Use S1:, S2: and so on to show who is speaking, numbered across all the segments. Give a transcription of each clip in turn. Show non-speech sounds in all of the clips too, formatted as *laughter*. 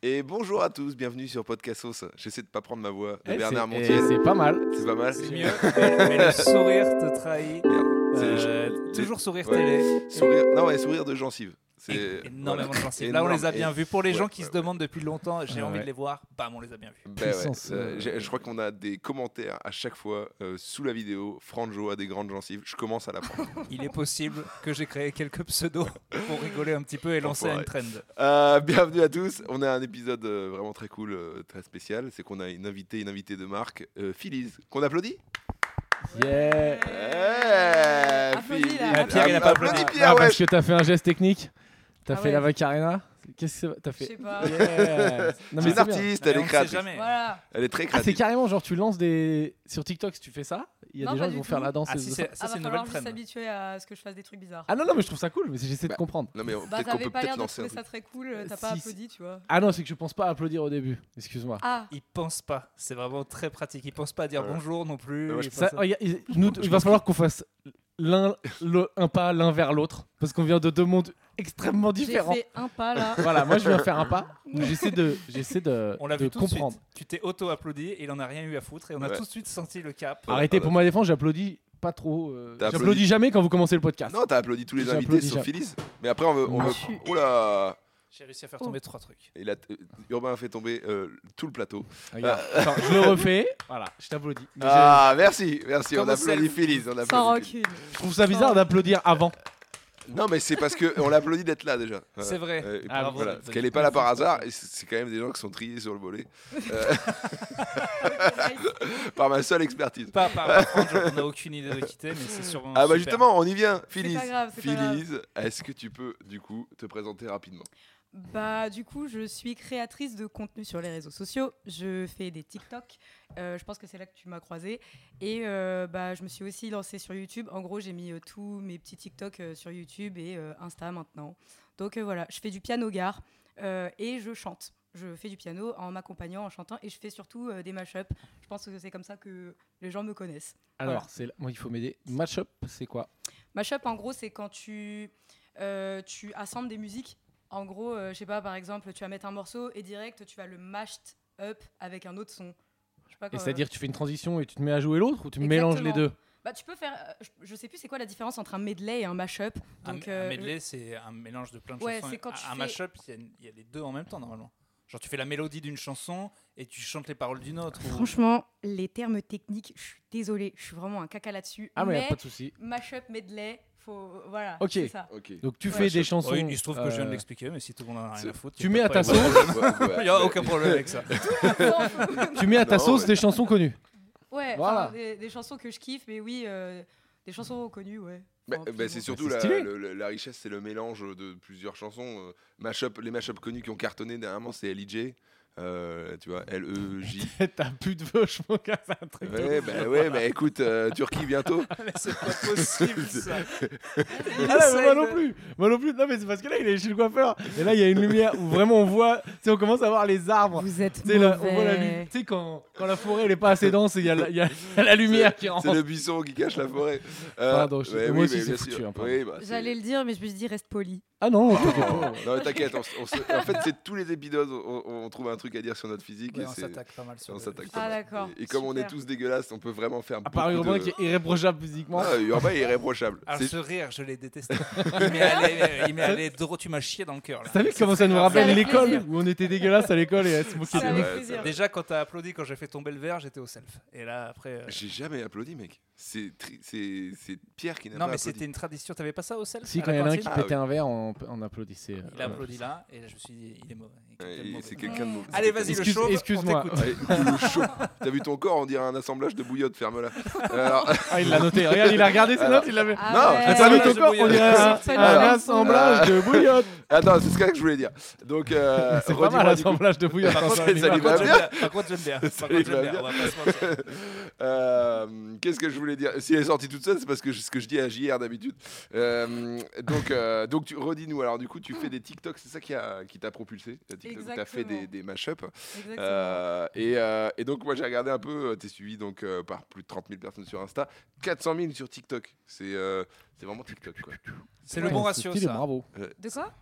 S1: Et bonjour à tous, bienvenue sur Podcastos. J'essaie de pas prendre ma voix de
S2: Eh,
S1: Bernard
S2: c'est-
S1: Montier.
S2: eh, C'est pas mal.
S1: C'est pas mal.
S3: C'est mieux. *laughs* mais, mais le sourire te trahit.
S1: C'est-
S3: Euh,
S1: je-
S3: toujours sourire
S1: ouais.
S3: télé.
S1: Sourire, non, ouais, sourire de gencive. C'est
S2: *laughs*
S3: Et- Énormément
S1: voilà.
S3: de gencives. Là, on les a
S1: Énorme.
S3: bien
S1: Et-
S3: vus. Pour les
S1: ouais,
S3: gens qui
S1: ouais,
S3: se demandent depuis longtemps, j'ai
S2: Ouais,
S3: envie
S2: ouais.
S3: de les voir, bam, on les a bien vus.
S1: Ben ouais,
S2: Puissance,
S1: euh,
S2: euh,
S1: j'ai- je crois qu'on a des commentaires à chaque fois euh, sous la vidéo. Franjo a des grandes gencives. Je commence à la prendre.
S2: *laughs*
S3: Il est possible que j'ai créé quelques pseudos pour rigoler un petit peu et lancer
S1: Enfoiré.
S3: une trend.
S1: Euh, bienvenue à tous. On a un épisode euh, vraiment très cool, euh, très spécial. C'est qu'on a une invitée, une invitée de marque, euh, Phyllis, qu'on applaudit.
S2: Yeah.
S1: Ouais,
S4: Applaudis,
S1: Eh, Phyllis.
S4: là.
S3: Ah, Pierre, il a pas
S1: Applaudis,
S3: applaudi.
S1: Pierre,
S2: Ah,
S1: ouais.
S2: parce que t'as fait un geste technique. T'as
S4: Ah
S2: fait
S4: ouais.
S2: la vacarena. Qu'est-ce que t'as
S4: Je
S2: fait
S4: sais pas.
S2: Yeah. Non, mais
S1: C'est une
S2: c'est bien.
S1: artiste,
S3: Mais
S1: elle
S3: on
S1: est
S3: ne sait
S1: créatrice.
S3: jamais.
S4: Voilà.
S1: Elle est très
S2: Ah, c'est
S1: créative.
S2: carrément genre tu lances des sur TikTok si tu fais ça, il y a
S4: Non,
S2: des
S4: pas
S2: gens qui
S4: du
S2: vont
S4: tout.
S2: faire la danse.
S3: Ah,
S2: et
S3: si,
S2: de-
S3: c'est- ça,
S4: Ah,
S3: c'est
S4: va
S3: une
S4: falloir
S3: nouvelle
S4: juste
S3: trend.
S4: s'habituer à ce que je fasse des trucs bizarres.
S2: Ah non non mais je trouve ça cool, mais j'essaie
S1: Bah.
S2: de comprendre.
S1: Non mais on-
S4: bah,
S1: peut-être qu'on
S4: t'avais
S1: peut
S4: pas l'air
S1: peut-être
S4: de
S1: lancer. un
S4: trouver
S1: truc.
S4: ça très cool, euh,
S2: Euh,
S4: t'as
S2: si,
S4: pas
S2: si.
S4: applaudi, tu vois.
S2: Ah non, c'est que je pense pas à applaudir au début. Excuse-moi.
S4: Ah,
S3: Ils pensent pas. C'est vraiment très pratique. Ils pensent pas à dire
S1: Ouais.
S3: bonjour non plus.
S1: Ouais, moi,
S3: Ils
S1: je
S3: pensent
S2: Ça,
S3: à-
S2: regarde, il- nous, il va falloir qu'on fasse l'un le- un pas l'un vers l'autre parce qu'on vient de deux mondes extrêmement
S4: j'ai
S2: différents.
S4: fait un
S2: *laughs*
S4: pas là.
S2: Voilà, moi je viens faire un pas.
S4: *laughs*
S2: où J'essaie de j'essaie de,
S3: On l'a
S2: de
S3: vu tout de
S2: comprendre.
S3: suite. Tu t'es auto-applaudi et il en a rien eu à foutre. Et on a
S1: Ouais.
S3: tout de suite senti le cap.
S1: Voilà,
S2: Arrêtez,
S1: voilà.
S2: pour ma défense, j'applaudis pas trop. euh,
S1: T'as applaudi.
S2: j'applaudis jamais quand vous commencez le podcast.
S1: Non, t'as applaudi tous les
S2: J'ai
S1: invités
S2: applaudi,
S1: sauf
S2: j'ai-
S1: Phyllis. Mais après, on veut. On
S2: Ah,
S1: veut...
S4: je suis-
S1: Oh là
S3: J'ai réussi à faire
S4: Oh.
S3: tomber trois trucs.
S1: Il a- euh, Urbain a fait tomber euh, tout le plateau.
S2: Ah, Regarde, attends, je le refais. Voilà, je t'applaudis. Mais
S1: Ah, merci, merci.
S3: Comment
S1: on applaudit
S3: c'est-
S1: Phyllis. On applaudit
S4: Sans
S1: Phyllis.
S4: rancune.
S2: je- Je trouve ça bizarre d'applaudir avant.
S1: Non, mais c'est parce que on l'applaudit d'être là déjà. Voilà.
S3: C'est vrai. bah,
S1: Euh, et
S2: Ah,
S1: puis,
S2: bravo,
S1: voilà,
S3: d'être
S1: parce
S3: venu.
S1: qu'elle n'est pas là par hasard, et c'est c'est quand même des gens qui sont triés sur le volet par ma seule expertise.
S3: Pas par la France, genre, on n'a aucune idée de quitter, mais c'est sûrement.
S1: Ah, bah
S3: super.
S1: justement, on y vient, Phyllis.
S4: pas grave, c'est pas
S1: Phyllis, est-ce que tu peux du coup te présenter rapidement
S4: Bah, du coup, je suis créatrice de contenu sur les réseaux sociaux. Je fais des TikTok. Euh, je pense que c'est là que tu m'as croisée. Et euh, bah, je me suis aussi lancée sur YouTube. En gros, j'ai mis euh, tous mes petits TikTok euh, sur YouTube et euh, Insta maintenant. Donc euh, voilà, je fais du piano gare euh, et je chante. Je fais du piano en m'accompagnant, en chantant et je fais surtout euh, des mashups. Je pense que c'est comme ça que les gens me connaissent.
S2: Alors,
S4: Voilà.
S2: c'est là- moi, il faut m'aider. Match-up, c'est quoi
S4: Mashup, en gros, c'est quand tu, euh, tu assembles des musiques. En gros, euh, je sais pas, par exemple, tu vas mettre un morceau et direct, tu vas le mashed up avec un autre son. Je sais pas
S2: Et
S4: comment-
S2: C'est-à-dire, tu fais une transition et tu te mets à jouer l'autre ou tu
S4: Exactement.
S2: mélanges les deux
S4: Bah, tu peux faire. euh, je, je sais plus c'est quoi la différence entre un medley et un mashup.
S3: Un-
S4: Donc,
S3: un,
S4: euh,
S3: medley, c'est un mélange de plein de
S4: Ouais,
S3: chansons.
S4: c'est quand
S3: un
S4: tu
S3: un
S4: fais-
S3: mashup, il y a- il y, a les deux en même temps normalement. Genre tu fais la mélodie d'une chanson et tu chantes les paroles d'une autre. ou-
S4: Franchement, les termes techniques, je suis désolée, je suis vraiment un caca là-dessus.
S2: Ah, mais y
S4: mais
S2: a pas de souci.
S4: mashup, medley, faut. Voilà.
S2: Ok. *laughs*
S4: C'est ça.
S3: *laughs*
S1: Ok.
S2: Donc, tu
S1: Ouais,
S2: fais
S1: match-up.
S2: des chansons.
S3: Oh, il, il se trouve que je viens de
S2: euh,
S3: l'expliquer, mais si tout le monde en a rien
S1: c'est-
S3: à foutre.
S2: tu
S3: y a
S2: mets
S3: pas
S2: à
S3: de
S2: ta
S3: problème.
S2: sauce.
S3: Il n'y a aucun problème
S2: *laughs*
S3: avec ça.
S2: Tu mets à ta
S1: Non,
S2: sauce
S1: ouais.
S2: des chansons *laughs* connues.
S4: ouais,
S2: Voilà.
S4: enfin, des, des chansons que je kiffe, mais oui, euh, des chansons reconnues, ouais.
S1: Bah,
S4: Enfin,
S1: bah,
S4: plus ou
S1: c'est
S4: moins.
S1: surtout
S2: c'est
S1: la,
S2: stylé.
S1: le- le- la richesse, c'est le mélange de plusieurs chansons. euh, mashup- les mashups connus qui ont cartonné dernièrement, c'est L.I.J. euh, tu vois,
S2: *laughs*
S1: L.E.J.
S2: T'as plus de vœux, je pense que c'est un truc. de
S1: Ouais,
S2: ouf.
S1: bah, ouais, bah écoute, euh, Turquie
S2: *laughs*
S1: bientôt.
S3: mais c'est pas possible
S1: *laughs*
S3: ça.
S2: Ah là, mais moi non plus, moi non plus. Non, mais c'est parce que là, il est chez le coiffeur. Et là, il y a une lumière où vraiment on voit, tu sais, on commence à voir les arbres.
S4: Vous êtes
S2: Tu sais, là, on voit la lune. Tu sais, quand, quand la forêt, elle est pas assez dense, il y, a la- il y
S3: *laughs*
S2: a il y a la lumière qui rentre.
S1: C'est le buisson qui cache la forêt. Euh,
S2: Pardon, je-
S1: ouais,
S2: moi aussi,
S1: mais
S2: c'est
S1: bien
S2: foutu,
S1: sûr.
S2: hein, pardon.
S1: Oui, bah, c'est-
S4: J'allais le dire, mais je me suis dit, reste poli.
S2: Ah non,
S1: Oh.
S2: t'inquiète
S3: *laughs*
S2: pas.
S1: Non, mais t'inquiète. on s- on se- en fait, c'est tous les épisodes, on, on- on trouve un truc à dire sur notre physique.
S3: Ouais,
S1: et
S3: on
S1: c'est-
S3: s'attaque pas mal sur
S1: on
S3: le-
S1: s'attaque
S4: Ah,
S1: pas mal.
S4: d'accord,
S1: Et, et comme on est
S4: super.
S1: tous dégueulasses, on peut vraiment faire.
S2: À part
S1: beaucoup
S2: Urbain
S1: de-
S2: qui est Ah, irréprochable physiquement.
S1: Ah, Urbain est irréprochable.
S3: Alors
S1: C'est-
S3: ce rire, je
S1: *laughs*
S3: l'ai détesté. Il m'est allé, il m'est allé dro- tu m'as chié dans le cœur. là.
S2: T'as vu comment ça nous rappelle
S4: C'est avec
S2: l'école
S4: plaisir.
S2: où on était dégueulasse à l'école et à se moquer
S4: C'est
S2: de
S1: ouais,
S2: nous.
S4: Ah, avec
S1: ça-
S4: plaisir.
S3: Déjà quand t'as applaudi quand j'ai fait tomber le verre, j'étais au self. Et là après. euh,
S1: J'ai jamais applaudi, mec. C'est tri- c'est c'est Pierre qui n'a pas
S3: Non mais
S1: applaudi.
S3: c'était une tradition. T'avais pas ça au self
S2: Si,
S3: à
S2: quand
S3: la
S2: il y en a un
S3: cantine
S2: qui
S1: Ah,
S2: pétait
S1: oui.
S2: un verre, on, on applaudissait.
S3: Il a applaudi là, et là je me suis dit, il est mauvais. il est
S1: Ouais,
S3: tellement
S1: et
S3: mauvais.
S1: C'est quelqu'un de mauvais.
S3: Allez, vas-y, le
S2: Excuse-
S3: chauve.
S2: excuse-moi.
S3: on t'écoute.
S1: Ouais, le *laughs* chaud. T'as vu ton corps, on dirait un assemblage de bouillotte, ferme-la. Euh, Alors, *laughs*
S2: Ah, il l'a noté. Regarde, il a regardé ses notes, il l'avait.
S1: Non,
S4: Ah ouais.
S1: je
S2: T'as vu
S3: ouais,
S2: ton
S3: je
S2: corps,
S3: bouillonne.
S2: on dirait un,
S4: C'est
S2: un
S4: pas-
S2: assemblage de
S3: *laughs*
S2: bouillotte.
S1: attends, c'est ce que je voulais dire. Donc, euh,
S2: *laughs* C'est pas
S1: redis-moi
S2: mal
S1: du coup.
S2: l'assemblage de bouillotte.
S3: Par
S2: quand
S3: contre,
S2: ça
S1: ça lui
S2: arrive.
S1: va
S3: par contre,
S1: bien.
S3: j'aime bien. Par contre, j'aime bien.
S1: Ça
S3: Par
S1: lui
S3: contre,
S1: va
S3: j'aime bien. On va pas se
S2: *laughs*
S3: mentir.
S1: *laughs* Euh, Qu'est-ce que je voulais dire Si elle est sortie toute seule, c'est parce que je- ce que je dis à JR d'habitude. Euh, donc, euh, donc tu redis-nous. Alors, du coup, tu fais des TikTok, c'est ça qui a- qui t'a propulsé la TikTok, T'as fait des,
S4: Exactement.
S1: des mashups.
S4: Exactement.
S1: Euh, et, euh, et donc, moi, j'ai regardé un peu. euh, T'es suivi donc euh, par plus de 30 000 personnes sur Insta, 400 000 sur TikTok. C'est euh, c'est vraiment TikTok. Quoi.
S3: C'est le
S2: Ouais,
S3: bon ratio,
S2: Ah, stylé,
S3: ça.
S2: Bravo.
S4: De quoi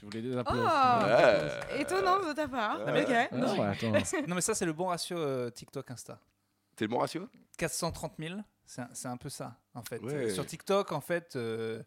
S2: Je voulais des
S4: Oh
S2: applaudissements.
S1: Ouais.
S4: Étonnant de ta part.
S1: Ouais.
S4: Ok.
S2: Ah Euh, ouais, Ah, attends.
S3: Non, mais ça, c'est le bon ratio euh, TikTok-Insta.
S1: T'es le bon ratio
S3: 430 000, c'est un, c'est un peu ça, en fait.
S1: Ouais.
S3: Euh, Sur TikTok, en fait, euh,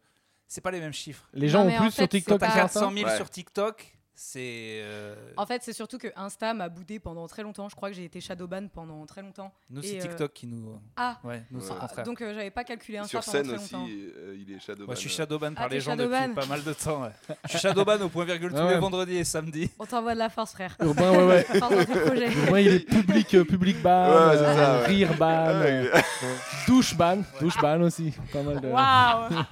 S3: c'est pas les mêmes chiffres.
S2: Les gens
S4: Non, mais
S2: ont
S4: en
S2: plus
S4: fait,
S2: sur TikTok
S4: c'est
S3: T'as
S4: pas-
S2: que sur Insta
S3: 400 000
S1: Ouais.
S3: sur TikTok, c'est. euh,
S4: En fait, c'est surtout que Insta m'a boudé pendant très longtemps. Je crois que j'ai été shadowban pendant très longtemps.
S3: nous, c'est
S4: et, euh,
S3: Tiktok qui nous.
S4: Ah.
S3: Ouais, nous, c'est
S1: Ouais.
S3: le contraire.
S4: Donc euh, j'avais pas calculé
S1: Sur
S4: Insta pendant
S1: scène
S4: très
S1: aussi,
S4: longtemps.
S1: euh, il est Shadow.
S3: Moi, je suis shadowban
S4: Ah,
S3: par
S4: t'es
S3: les gens
S4: shadowban.
S3: depuis pas mal de temps. ouais.
S4: *laughs*
S3: je suis shadowban au point virgule tous
S2: Ah ouais.
S3: les vendredis et samedis.
S4: On t'envoie de la force, frère.
S2: Urbain, ouais, *laughs* ouais.
S4: Force dans tes projets.
S2: Urbain, il est public, euh, public ban,
S1: Ouais, c'est
S2: euh,
S1: ça, ouais. Ah,
S2: rire ban, euh, douche ban, douche ban aussi. Pas mal de.
S4: Waouh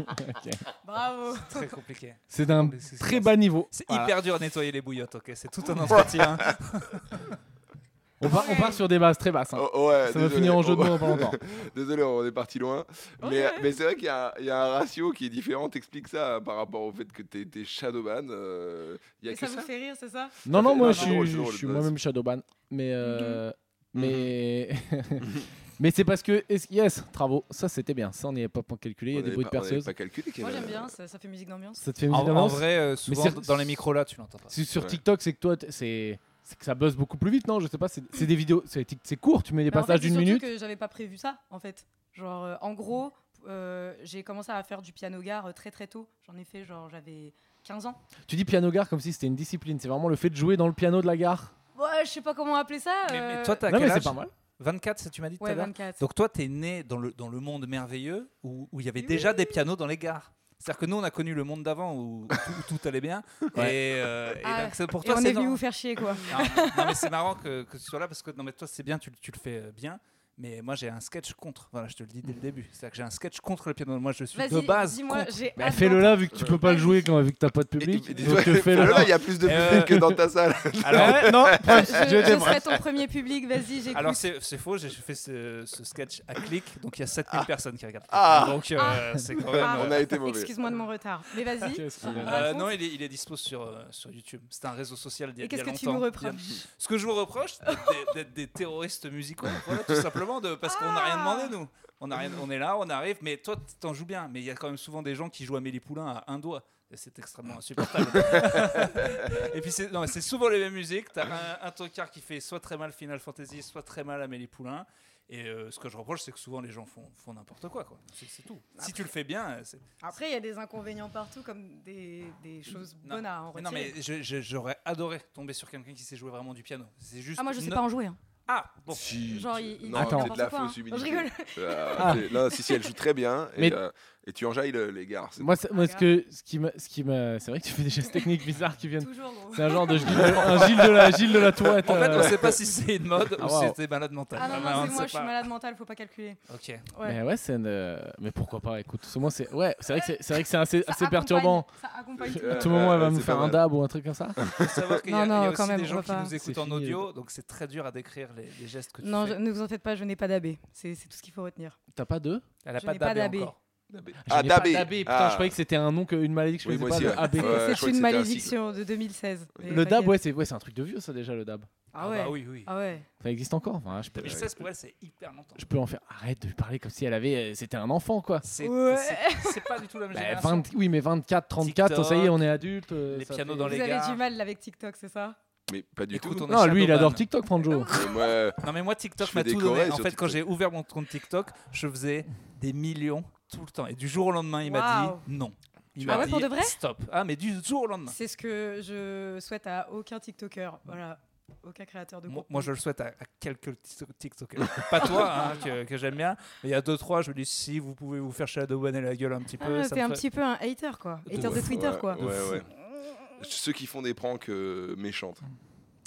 S4: Bravo
S3: Très compliqué.
S2: C'est d'un très bas niveau.
S3: C'est
S2: Voilà.
S3: hyper dur à nettoyer les bouillottes, ok C'est tout un
S2: *laughs*
S3: entretien.
S2: On part, on part sur des bases très basses. hein.
S1: Oh, ouais,
S2: Ça va
S1: désolé.
S2: finir en jeu de
S1: Oh,
S2: mots pendant longtemps.
S1: *laughs* Désolé, on est parti loin. Mais,
S4: Ouais, ouais.
S1: mais c'est vrai qu'il y, a il y a un ratio qui est différent. T'expliques ça euh, par rapport au fait que t'es t'es Shadowban. euh, Il y a
S4: Et
S1: que
S4: ça
S1: ça.
S4: vous fait rire, c'est ça
S2: Non,
S1: Ça
S2: non,
S1: fait-
S2: moi
S1: non,
S2: je
S1: c'est
S2: suis,
S1: drôle, c'est Mhm.
S2: je
S1: drôle,
S2: suis
S1: de base.
S2: moi-même Shadowban. Mais. euh, mais... *laughs* mais c'est parce que. est-ce- Yes, travaux. Ça, c'était bien. Ça, on n'y avait pas calculé. Il y
S1: On
S2: a des
S1: avait
S2: bruits de
S1: pas- on avait
S2: perceuse.
S1: pas calculé qu'il y
S4: Moi
S1: avait-
S4: j'aime bien, ça, ça fait musique d'ambiance.
S2: Ça te fait une
S3: en, en
S2: ambiance
S3: vrai, euh, souvent,
S2: c'est-
S3: dans les micros là, tu l'entends
S4: Euh,
S3: pas.
S2: Sur- Sur
S1: Ouais.
S2: TikTok, c'est que toi, t- c'est c'est que ça buzz beaucoup plus vite, non Je sais pas, c'est c'est des vidéos, c'est tic- c'est court, tu mets des
S4: Bah, en
S2: passages
S4: fait, c'est
S2: d'une minute.
S4: surtout que j'avais pas prévu ça, en fait. Genre, euh, en gros, euh, j'ai commencé à faire du piano gar euh, très très tôt. J'en ai fait, genre, j'avais 15 ans.
S2: Tu dis piano gare comme si c'était une discipline, c'est vraiment le fait de jouer dans le piano de la gare.
S4: Ouais, je sais pas comment appeler ça.
S3: Mais,
S4: euh,
S3: mais toi, t'as
S2: Non,
S3: quel
S2: mais c'est
S3: âge
S2: pas mal.
S3: 24, ça, tu m'as dit tout
S4: Ouais,
S3: à l'heure
S4: 24.
S3: Donc toi, t'es né dans le, dans le monde merveilleux où où il y avait
S4: Oui.
S3: déjà des pianos dans les gares. C'est-à-dire que nous, on a connu le monde d'avant où tout, tout allait bien. Et, euh, et
S4: Ah,
S3: donc, c'est- pour
S4: Et
S3: toi,
S4: on
S3: c'est
S4: est venu
S3: normal.
S4: vous faire
S3: *laughs*
S4: chier, quoi.
S3: Non, mais- non, mais c'est marrant que, que tu sois là parce que non, mais toi, c'est bien, tu, le- tu le fais euh, bien. Mais moi, j'ai un sketch contre. Voilà, je te le dis dès le début. C'est-à-dire que j'ai un sketch contre le piano. Moi, je suis de
S4: Vas-y,
S3: base
S4: dis-moi,
S3: contre.
S4: j'ai
S2: Bah,
S4: hâte
S2: fais-le
S4: d'entendre.
S2: là, vu que tu peux pas le jouer quand, vu que t'as pas de
S1: Et-
S2: public.
S1: Ah, et-
S2: Donc
S1: dis-toi,
S2: fais-le
S1: *laughs* là,
S2: là.
S1: il y a plus de
S2: *laughs*
S3: Euh,
S1: public que dans ta salle.
S3: Alors,
S2: Ouais, non,
S4: Je, je serai ton premier public, vas-y,
S3: *laughs*
S4: j'écoute.
S3: alors c'est c'est faux, j'ai fait ce, ce sketch à clic, donc il y a 7000 personnes qui regardent.
S1: Ah.
S3: donc, euh,
S4: Ah.
S3: c'est quand même.
S4: Ah.
S1: On a été mauvais.
S4: Excuse-moi de mon retard. Mais vas-y.
S2: Qu'est-ce qu'il a
S4: Ah,
S2: là
S3: Euh,
S4: Raconte.
S3: non, il est, il est dispo sur, euh, sur YouTube. C'est un réseau social d'il y a
S4: Et
S3: il y a
S4: qu'est-ce que tu
S3: longtemps.
S4: nous
S3: Il y a-
S4: reproches
S3: Ce que je vous reproche, c'est d'être- d'être des terroristes musicaux. Voilà, tout simplement, de, parce qu'on n'a rien
S4: Ah.
S3: demandé, nous. On, a rien, on est là, on arrive, mais toi, t- t'en joues bien. Mais il y a quand même souvent des gens qui jouent Amélie Poulain à un doigt. Et C'est extrêmement
S4: *laughs*
S3: insupportable. et puis, c'est non, mais c'est souvent les mêmes musiques. T'as un, un tocard qui fait soit très mal Final Fantasy, soit très mal Amélie Poulain. Et euh, ce que je reproche, c'est que souvent les gens font, font n'importe quoi. quoi. C'est c'est tout. Si tu le fais bien, euh, c'est.
S4: Après, il y a des inconvénients partout, comme des, des choses
S3: Non.
S4: bonnes à en
S3: Mais
S4: retirer.
S3: non, mais je- je- j'aurais adoré tomber sur quelqu'un qui sait jouer vraiment du piano. C'est juste.
S4: Ah, moi, je sais
S3: no-
S4: pas en jouer. hein.
S3: Ah, bon.
S1: Si,
S4: Genre,
S1: tu-
S4: il- il
S1: non,
S4: fait
S1: c'est de
S4: n'importe
S1: la
S4: quoi, hein.
S1: fausse
S4: Je
S1: humilité.
S4: rigole. *laughs*
S1: Euh,
S2: Ah.
S1: c'est- Non, si, si, elle joue très bien. Et,
S2: Mais-
S1: euh, et tu enjailles le- les gars. c'est-
S2: Moi, c'est- moi, ce que, ce qui me, ce qui me, c'est vrai que tu fais des gestes techniques bizarres qui viennent.
S4: Toujours, gros.
S2: C'est un genre de Gilles, un Gilles de la, Gilles de la Tourette.
S3: En fait, on
S2: euh.
S3: sait pas si c'est une mode
S2: Ah,
S3: ou
S2: waouh.
S3: si c'était malade mental.
S4: Ah non,
S3: Ah,
S4: non,
S3: on
S4: c'est
S3: sait
S4: moi, je suis
S3: pas.
S4: malade mentale, faut pas calculer.
S3: Ok.
S4: Ouais.
S2: Mais ouais, c'est une, euh, mais pourquoi pas Écoute, moi c'est, ouais, c'est vrai que c'est, c'est vrai que c'est assez,
S4: Ça
S2: assez
S4: accompagne-
S2: perturbant.
S4: Ça accompagne tout.
S1: Euh,
S2: À tout moment, elle va
S1: c'est
S2: me
S1: pas
S2: faire un
S1: mal.
S2: dab ou un truc comme ça.
S3: Faut savoir qu'il y a,
S4: Non, non,
S3: il y a aussi
S4: quand même,
S3: des
S4: on
S3: gens
S4: va
S3: qui
S4: pas.
S3: nous écoutent
S2: C'est
S3: en
S2: fini,
S3: audio, donc c'est très dur à décrire les, les gestes que tu
S4: Non,
S3: fais. Ah,
S4: je- ne vous en faites pas, je n'ai pas d'AB. C'est c'est tout ce qu'il faut retenir.
S2: T'as pas deux
S3: Elle a
S4: je
S3: pas
S4: n'ai pas
S3: d'AB
S4: d'AB.
S3: encore.
S1: Ah,
S2: J'en ai pas
S1: d'AB.
S2: d'AB, putain,
S1: Ah.
S2: je croyais que c'était un nom, que- une maladie que je
S1: Oui,
S2: connaissais
S1: moi
S2: pas.
S1: aussi, ouais.
S2: le AB.
S1: Ouais. je
S4: C'est-
S1: crois
S4: c'est
S1: que
S4: une
S1: c'était un
S4: malédiction de 2016. mais
S2: Le dab,
S4: t'inquiète.
S2: ouais, c'est, ouais, c'est un truc de vieux ça déjà, le dab.
S4: Ah
S3: bah
S4: ouais.
S3: oui, oui.
S4: Ah ouais.
S2: Ça existe encore. Enfin, je, peux,
S3: 2016 pour elle, c'est hyper longtemps.
S2: je peux en faire. Arrête de lui parler comme si elle avait, euh, c'était un enfant quoi.
S3: C'est
S4: Ouais.
S3: c'est- c'est pas du tout la même
S2: Bah,
S3: génération.
S2: 20 oui, mais 24, 34, ça y est,
S3: TikTok,
S2: on est adulte. euh,
S3: les
S2: ça
S3: pianos
S2: fait-
S3: dans
S4: Vous
S3: les
S4: avez
S3: gars.
S4: du mal là, avec TikTok, c'est ça
S1: Mais pas du
S3: Écoute,
S1: tout.
S3: on est
S2: Non, lui il
S3: Shadowban.
S2: adore TikTok, Franjo.
S3: *laughs*
S1: Mais moi,
S3: Non, mais moi, TikTok
S1: Je
S3: m'a
S1: fais des
S3: tout donné.
S1: chorés
S3: En
S1: sur
S3: fait, quand
S1: TikTok.
S3: j'ai ouvert mon compte TikTok, je faisais des millions tout le temps. Et du jour au lendemain, il m'a
S4: Waouh.
S3: dit non. Il
S1: Tu
S3: m'a
S1: as- Ah ouais,
S3: dit
S4: pour de vrai
S3: stop. Ah, mais du jour au lendemain.
S4: C'est ce que je souhaite à aucun TikToker. Voilà. Aucun créateur de
S3: Moi,
S4: contenu.
S3: moi, je le souhaite à, à quelques tiktok- TikTokers. *laughs* Pas toi, hein, que, que j'aime bien. Mais il y a deux, trois, je me dis si vous pouvez vous faire shadowbanner la gueule un petit peu.
S4: Ah,
S3: ça
S4: T'es
S3: me
S4: un
S3: ferait-
S4: petit peu un hater, quoi.
S3: De
S4: Hater de
S3: ouf.
S4: Twitter,
S1: ouais,
S4: quoi.
S1: ouais, ouais. Ceux qui font des pranks euh, méchantes.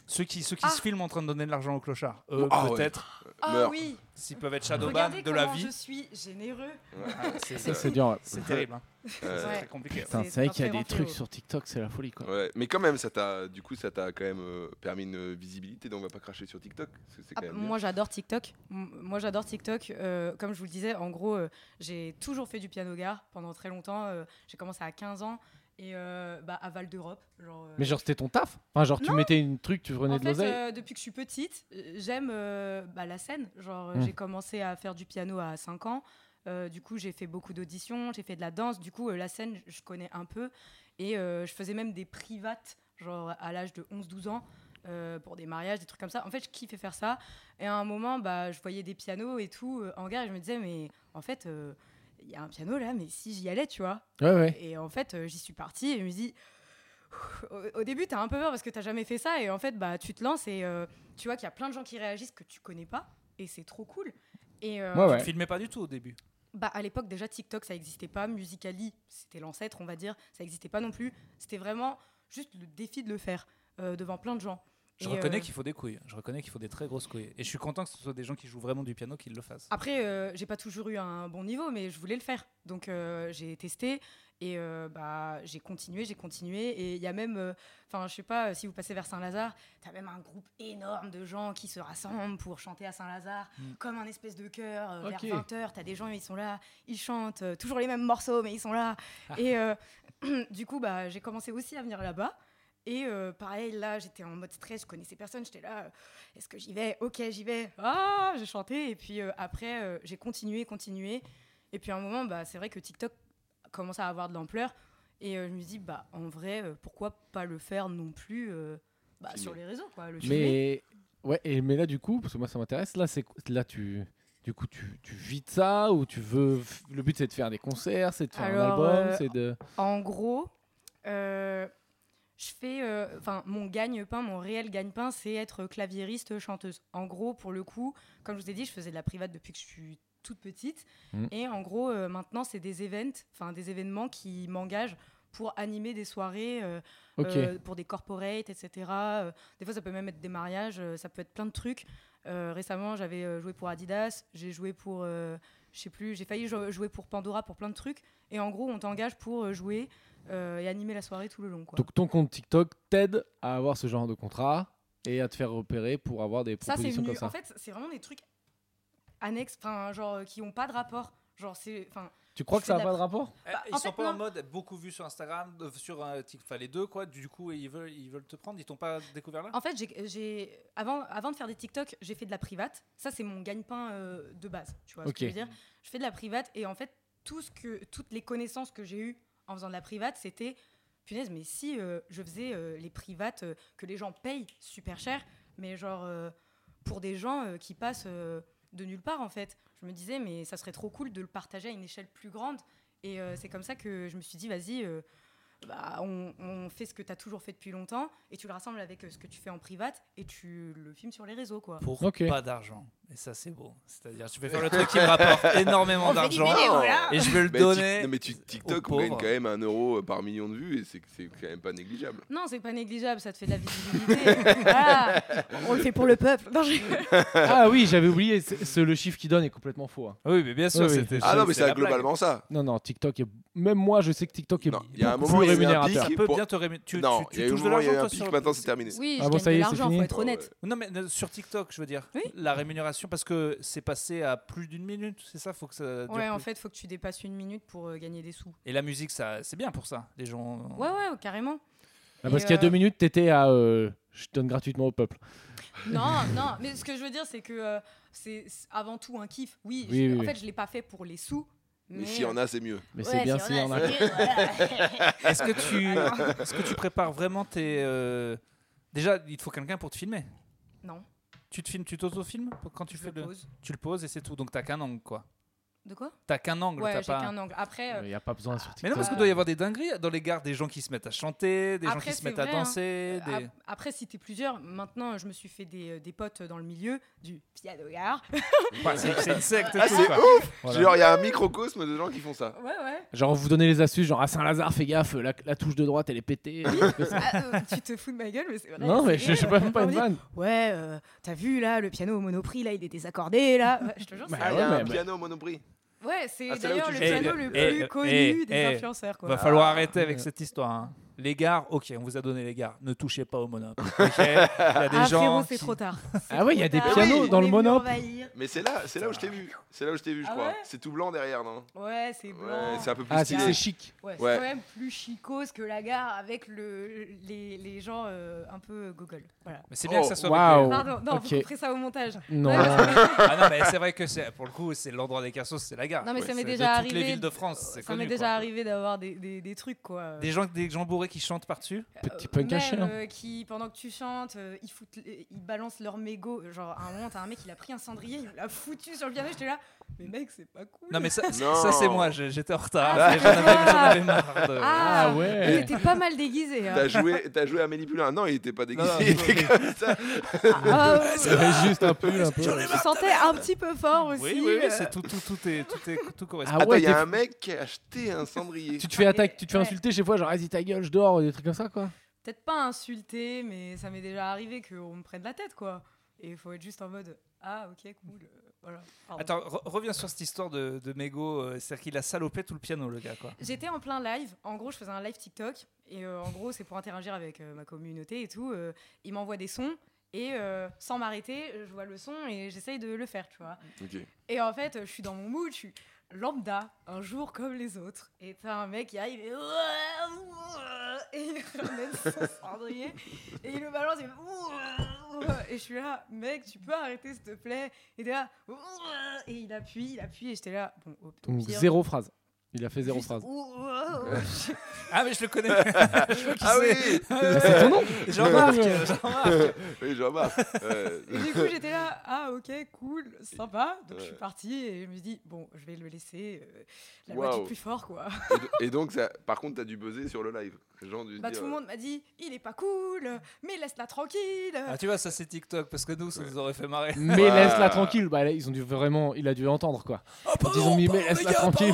S3: Ceux qui, ceux qui
S4: Ah.
S3: se filment en train de donner de l'argent aux clochards, eux,
S1: Ah ouais.
S3: peut-être,
S4: Ah
S1: Meurs.
S4: oui
S3: s'ils peuvent être shadowban
S4: Regardez
S3: de la
S4: comment
S3: vie.
S4: je suis généreux.
S1: Ouais,
S3: Ah, c'est-
S2: Ça,
S3: C'est
S2: C'est dur. ouais.
S3: c'est terrible. hein. C'est
S1: ouais.
S3: très compliqué.
S2: Putain,
S4: C'est
S2: C'est vrai
S4: un
S2: qu'il y a
S4: très
S2: des
S4: grand
S2: trucs
S4: fléau.
S2: sur TikTok, c'est la folie quoi.
S1: Euh, Ouais, mais quand même, ça t'a, du coup, ça t'a quand même euh, permis une visibilité, donc on va pas cracher sur TikTok. parce que c'est
S4: Ah,
S1: quand même bien.
S4: moi j'adore TikTok. M- Moi j'adore TikTok. Euh, comme je vous le disais, en gros, euh, j'ai toujours fait du piano gar pendant très longtemps. Euh, j'ai commencé à 15 ans et euh, bah, à Val d'Europe. Genre, euh,
S2: Mais genre c'était ton taf Enfin genre tu
S4: Non.
S2: mettais une truc, tu prenais
S4: en
S2: de
S4: fait,
S2: l'oseille.
S4: euh, depuis que je suis petite, euh, j'aime euh, bah, la scène. Genre, euh,
S2: Mm.
S4: j'ai commencé à faire du piano à 5 ans. Euh, du coup, j'ai fait beaucoup d'auditions, j'ai fait de la danse. Du coup, euh, la scène, je connais un peu. Et euh, je faisais même des privates, genre à l'âge de 11-12 ans. euh, pour des mariages, des trucs comme ça. En fait, je kiffais faire ça. Et à un moment, bah, je voyais des pianos et tout euh, en gare et je me disais, mais en fait, euh, il y a un piano là, mais si j'y allais, tu vois,
S2: Ouais, ouais.
S4: et en fait, euh, j'y suis partie et je me dis. Au, au début, t'as un peu peur parce que t'as jamais fait ça. Et en fait, bah, tu te lances et euh, tu vois qu'il y a plein de gens qui réagissent que tu connais pas. Et c'est trop cool. Et euh,
S2: Ouais, ouais.
S3: Je filmais pas du tout au début.
S4: bah, à l'époque, déjà, TikTok, ça n'existait pas. Musicali, c'était l'ancêtre, on va dire. Ça n'existait pas non plus. C'était vraiment juste le défi de le faire euh, devant plein de gens.
S3: Je
S4: Et,
S3: reconnais
S4: euh,
S3: qu'il faut des couilles. Je reconnais qu'il faut des très grosses couilles. Et je suis content que ce soit des gens qui jouent vraiment du piano qui le fassent.
S4: Après, euh, j'ai pas toujours eu un bon niveau, mais je voulais le faire. Donc euh, j'ai testé et euh, bah, j'ai continué, j'ai continué. Et il y a même, euh, enfin, je sais pas, euh, si vous passez vers Saint-Lazare, t'as même un groupe énorme de gens qui se rassemblent pour chanter à Saint-Lazare,
S3: Mm.
S4: comme un espèce de chœur. euh,
S2: Ok.
S4: Vers 20h, t'as des gens, ils sont là, ils chantent euh, toujours les mêmes morceaux, mais ils sont là. et euh, *clears throat* du coup, bah, j'ai commencé aussi à venir là-bas. Et euh, pareil, là, j'étais en mode stress, je connaissais personne, j'étais là, euh, est-ce que j'y vais Ok, j'y vais. Ah, j'ai chanté. Et puis euh, après, euh, j'ai continué, continué. Et puis à un moment, bah, c'est vrai que TikTok commence à avoir de l'ampleur. Et euh, je me dis, bah, en vrai, euh, pourquoi pas le faire non plus euh, bah,
S1: Filmer.
S4: sur les réseaux, quoi, le filmer.
S2: Mais ouais, et mais là du coup, parce que moi ça m'intéresse, là c'est là tu du coup tu, tu vis de ça ou tu veux f- le but c'est de faire des concerts, c'est de faire
S4: Alors,
S2: un album,
S4: euh,
S2: c'est de
S4: En gros, euh, je fais. euh, Enfin, mon gagne-pain, mon réel gagne-pain, c'est être claviériste chanteuse. En gros, pour le coup, comme je vous ai dit, je faisais de la private depuis que je suis toute petite.
S2: Mm.
S4: Et en gros, euh, maintenant, c'est des, events, 'fin, des événements qui m'engagent pour animer des soirées euh,
S2: OK.
S4: euh, pour des corporates, etc. Euh, des fois, ça peut même être des mariages, euh, ça peut être plein de trucs. Euh, récemment, j'avais euh, joué pour Adidas, j'ai joué pour, euh, je sais plus, j'ai failli jo- jouer pour Pandora pour plein de trucs. Et en gros, on t'engage pour euh, jouer euh, et animer la soirée tout le long. Quoi.
S2: Donc ton compte TikTok t'aide à avoir ce genre de contrat et à te faire repérer pour avoir des
S4: ça, c'est
S2: propositions
S4: venu.
S2: comme ça.
S4: En fait, c'est vraiment des trucs annexes, enfin, genre euh, qui n'ont pas de rapport. Genre, c'est, enfin,
S2: tu crois
S4: je
S2: que
S4: fais
S2: ça
S4: de
S2: n'a
S4: la
S2: pas de
S4: *laughs*
S2: rapport
S3: Eh,
S4: Bah,
S3: ils
S4: en
S3: sont
S4: fait,
S3: pas en
S4: non.
S3: mode beaucoup vus sur Instagram, euh, sur euh, Tik- enfin les deux quoi. Du coup, ils veulent, ils veulent te prendre. Ils t'ont pas découvert là.
S4: En fait, j'ai- j'ai avant, avant de faire des TikTok, j'ai fait de la private. Ça, c'est mon gagne-pain euh, de base. Tu vois ce que
S2: Ok.
S4: je veux dire Je fais de la private et en fait, tout ce que, toutes les connaissances que j'ai eues en faisant de la private, c'était punaise, mais si euh, je faisais euh, les privates euh, que les gens payent super cher, mais genre euh, pour des gens euh, qui passent euh, de nulle part en fait. Je me disais, mais ça serait trop cool de le partager à une échelle plus grande. Et euh, c'est comme ça que je me suis dit, vas-y, euh, bah, on, on fait ce que tu as toujours fait depuis longtemps et tu le rassembles avec euh, ce que tu fais en private et tu le filmes sur les réseaux, quoi.
S3: Pour
S2: Ok.
S3: pas d'argent. Et ça, c'est beau. C'est-à-dire, je vais faire le
S1: *laughs*
S3: truc qui me rapporte énormément
S4: On fait des
S3: d'argent
S4: vidéos, là.
S3: et je vais le
S1: Mais
S3: donner.
S1: Tik- non, mais tu- TikTok, on
S3: pauvres.
S1: gagne quand même un euro euh, par million de vues et c'est c'est quand même pas négligeable.
S4: Non, c'est pas négligeable, ça te fait de la visibilité. *laughs* Voilà. on le fait pour le peuple. Non, je-
S2: ah oui, j'avais oublié c'est- c'est- le chiffre qui donne est complètement faux. hein.
S3: Oui, mais bien sûr,
S2: Oui, oui.
S3: c'était.
S1: Ah non, mais
S3: c'est la
S1: c'est
S3: blague.
S1: globalement ça.
S2: Non non, TikTok est même moi je sais que TikTok est
S1: Non, il y a un
S2: beaucoup
S1: moment,
S2: plus
S1: il y a eu un
S2: rémunérateur.
S3: Ça
S1: Qui-
S3: peut
S1: pour-
S3: bien te rémunérer. Tu,
S1: non, il
S3: tu-
S1: y
S3: tu
S1: a eu un
S3: touches de
S1: moment, il y a eu
S3: l'argent
S1: un
S3: toi
S1: pic,
S3: sur le-
S1: maintenant c'est terminé.
S4: Oui,
S2: Ah
S4: je
S2: bon, ça y
S4: gagne de
S2: est, c'est
S4: l'argent,
S2: fini
S4: faut être honnête.
S3: Non, mais euh, sur TikTok, je veux dire.
S4: Oui.
S3: La rémunération, parce que c'est passé à plus d'une minute, c'est ça Faut que ça. dure
S4: Ouais, en
S3: plus.
S4: fait, faut que tu dépasses une minute pour euh, gagner des sous.
S3: Et la musique, ça, c'est bien pour ça. Les gens.
S4: Ouais, ouais, carrément.
S2: Ah,
S4: Et,
S2: parce qu'il y a
S4: euh,
S2: deux minutes, t'étais à euh, je donne gratuitement au peuple.
S4: Non, non, mais ce que je veux dire, c'est que euh, c'est c'est avant tout un kiff. Oui,
S2: Oui,
S4: je-
S2: oui,
S4: en
S2: oui.
S4: fait, je l'ai pas fait pour les sous.
S1: Mais
S4: Mais
S1: s'il y en a, c'est mieux.
S2: Mais c'est bien si on a. *laughs*
S3: Est-ce que
S4: *laughs*
S3: tu, est-ce que tu prépares vraiment tes. euh, Déjà, il te faut quelqu'un pour te filmer.
S4: Non,
S3: Tu te filmes, tu t'auto-filmes quand tu
S4: je
S3: fais
S4: le
S3: le.
S4: pose.
S3: Tu le poses et c'est tout. Donc t'as qu'un angle, quoi.
S4: De quoi
S3: T'as qu'un angle,
S4: Ouais,
S3: t'as
S4: j'ai
S3: pas.
S4: qu'un angle. Après, euh,
S2: Il n'y a pas besoin sur TikTok.
S3: Mais non, parce qu'il
S4: Euh,
S3: doit y avoir des dingueries dans les gares, des gens qui se mettent à chanter, des gens qui
S4: Après,
S3: se
S4: c'est
S3: mettent à
S4: vrai, hein.
S3: danser.
S4: Euh,
S3: des-
S4: ap- Après, si t'es plusieurs, maintenant, je me suis fait des, euh, des potes dans le milieu du piano gar.
S3: Enfin, c'est c'est une secte.
S1: Ah,
S3: tout,
S1: c'est
S3: quoi. Voilà.
S1: Genre, il y a un microcosme de gens qui font ça.
S4: Ouais, ouais.
S2: Genre, vous donnez les astuces, genre ah, à Saint-Lazare, fais gaffe, la, la touche de droite, elle est pétée. *laughs*
S4: Ah, euh, tu te fous de ma gueule, mais c'est vrai.
S2: non, mais
S4: c'est
S2: je je sais pas,
S4: vrai.
S2: même pas
S4: On
S2: une
S4: dit,
S2: vanne.
S4: Ouais, euh, t'as vu là, le piano au monoprix, là, il est désaccordé, là. Ouais, je te jure,
S2: Bah,
S1: Ah,
S4: c'est
S1: il y a
S2: ouais,
S1: un
S2: mais-
S1: piano au monoprix.
S4: Ouais, c'est
S1: Ah, c'est là où
S4: d'ailleurs
S1: tu
S4: le
S1: fais-
S4: piano
S3: Eh,
S4: le
S3: eh,
S4: plus
S3: eh,
S4: connu
S3: eh,
S4: des
S3: eh.
S4: influenceurs, quoi. Euh.
S3: Va falloir arrêter avec cette histoire. hein. les gares, ok, on vous a donné les gares, ne touchez pas au
S1: *laughs*
S3: monopole. ok Il y a des
S4: ah,
S3: gens.
S4: frérot, c'est
S3: qui-
S4: trop tard.
S2: Ah ouais, il y a des
S4: Trop tard.
S1: pianos
S4: On
S2: dans le
S4: est venu
S2: monop.
S4: envahir.
S1: Mais c'est là, c'est là où je t'ai vu. C'est là où je t'ai vu, je
S4: Ah
S1: crois.
S4: ouais
S1: c'est tout blanc derrière, non
S4: Ouais, c'est blanc.
S1: Ouais, c'est un peu plus
S2: Ah, c'est
S1: stylé.
S2: c'est chic.
S4: Ouais, c'est
S1: Ouais.
S4: quand même plus chicose que la gare avec le, les, les gens euh, un peu gogol. Voilà.
S3: Mais c'est bien
S1: Oh,
S3: que ça soit.
S2: waouh.
S3: avec
S2: Oh,
S4: Pardon, non,
S2: ok.
S4: vous couperez ça au montage.
S2: Non. *laughs*
S3: les- Ah non, mais c'est vrai que c'est pour le coup, c'est l'endroit des cassos, c'est la gare.
S4: Non, mais
S3: Ouais,
S4: ça m'est
S3: c'est
S4: déjà
S3: de Toutes
S4: arrivé.
S3: les villes de France, c'est
S4: Ça
S3: connu,
S4: m'est déjà
S3: quoi.
S4: arrivé d'avoir des, des, des trucs, quoi.
S3: Des gens, des gens bourrés qui chantent
S4: *laughs*
S3: par-dessus.
S2: Petit punk à
S4: Même,
S2: chien.
S4: euh, qui, pendant que tu chantes, euh, ils, foutent, les- ils balancent leur mégot. Genre, à un moment, t'as un mec, il a pris un cendrier, il l'a foutu sur le piano. J'étais là, mais mec, c'est pas cool.
S3: Non, mais ça,
S1: Non.
S3: ça c'est moi, j'ai- j'étais en retard.
S4: Ah,
S3: et
S4: c'est
S3: J'en avais,
S4: toi.
S3: j'en avais marre de.
S4: Ah,
S2: Ah ouais.
S4: T'étais pas mal déguisé. hein.
S1: T'as joué, t'as joué à Manipulin. Non, il était pas déguisé.
S3: non,
S1: il était comme ça.
S4: Ah, ouais.
S2: J'avais juste un pull un peu.
S4: Tu sentais un petit peu fort aussi.
S3: Oui, oui,
S4: euh,
S3: oui, c'est tout, tout, tout est, tout est, tout correspond.
S2: Ah
S1: Attends,
S2: ouais,
S1: il y a
S2: t'es-
S1: un mec qui a acheté un cendrier.
S2: Tu te fais attaquer, tu te fais
S4: Ouais.
S2: insulter chez fois genre vas-y ta gueule, je dors, des trucs comme ça quoi.
S4: Peut-être pas insulté, mais ça m'est déjà arrivé qu'on me prenne la tête, quoi. Et il faut être juste en mode Ah, ok, cool. euh, Voilà. Pardon.
S3: Attends, re- reviens sur cette histoire de, de mégot. euh, C'est-à-dire qu'il a salopé tout le piano, le gars, quoi.
S4: J'étais en plein live. En gros, je faisais un live TikTok. Et euh, en gros, c'est pour interagir avec euh, ma communauté et tout. Euh, ils m'envoient des sons. Et euh, sans m'arrêter, je vois le son et j'essaye de le faire, tu vois.
S1: Ok.
S4: Et en fait, je suis dans mon mood, je suis lambda, un jour comme les autres. Et t'as un mec qui arrive et. Et il ramène son cendrier et il le balance et. Et je suis là, mec, tu peux arrêter s'il te plaît Et t'es là. Et il appuie, il appuie et j'étais là. Bon, au, au
S2: Donc
S4: pire,
S2: zéro phrase. Il a fait zéro
S4: juste-
S2: phrase.
S3: Ah, mais je le *laughs* connais. je vois qui
S1: Ah
S3: c'est.
S1: oui
S2: Ah, c'est ton nom
S3: *laughs* Jean-Marc. euh,
S2: Ouais.
S3: Jean-Marc.
S1: Oui, Jean-Marc. Euh,
S4: Et du coup, j'étais là, ah ok, cool, sympa. Donc je suis
S1: Ouais.
S4: partie et je me dis, bon, je vais le laisser. euh, la loi
S1: Waouh.
S4: du plus fort, quoi.
S1: et do- Et donc, ça, par contre, t'as dû buzzer sur le live. Les gens ont dû se
S4: Bah,
S1: dire, euh,
S4: tout le monde m'a dit, il est pas cool, mais laisse-la tranquille.
S3: Ah, tu vois, ça c'est TikTok, parce que nous, ça nous aurait fait marrer.
S2: Mais
S1: Ouais.
S2: laisse-la tranquille. Bah là, ils ont dû vraiment, il a dû entendre quoi.
S3: Ah,
S2: Ils ont mis mais laisse-la tranquille.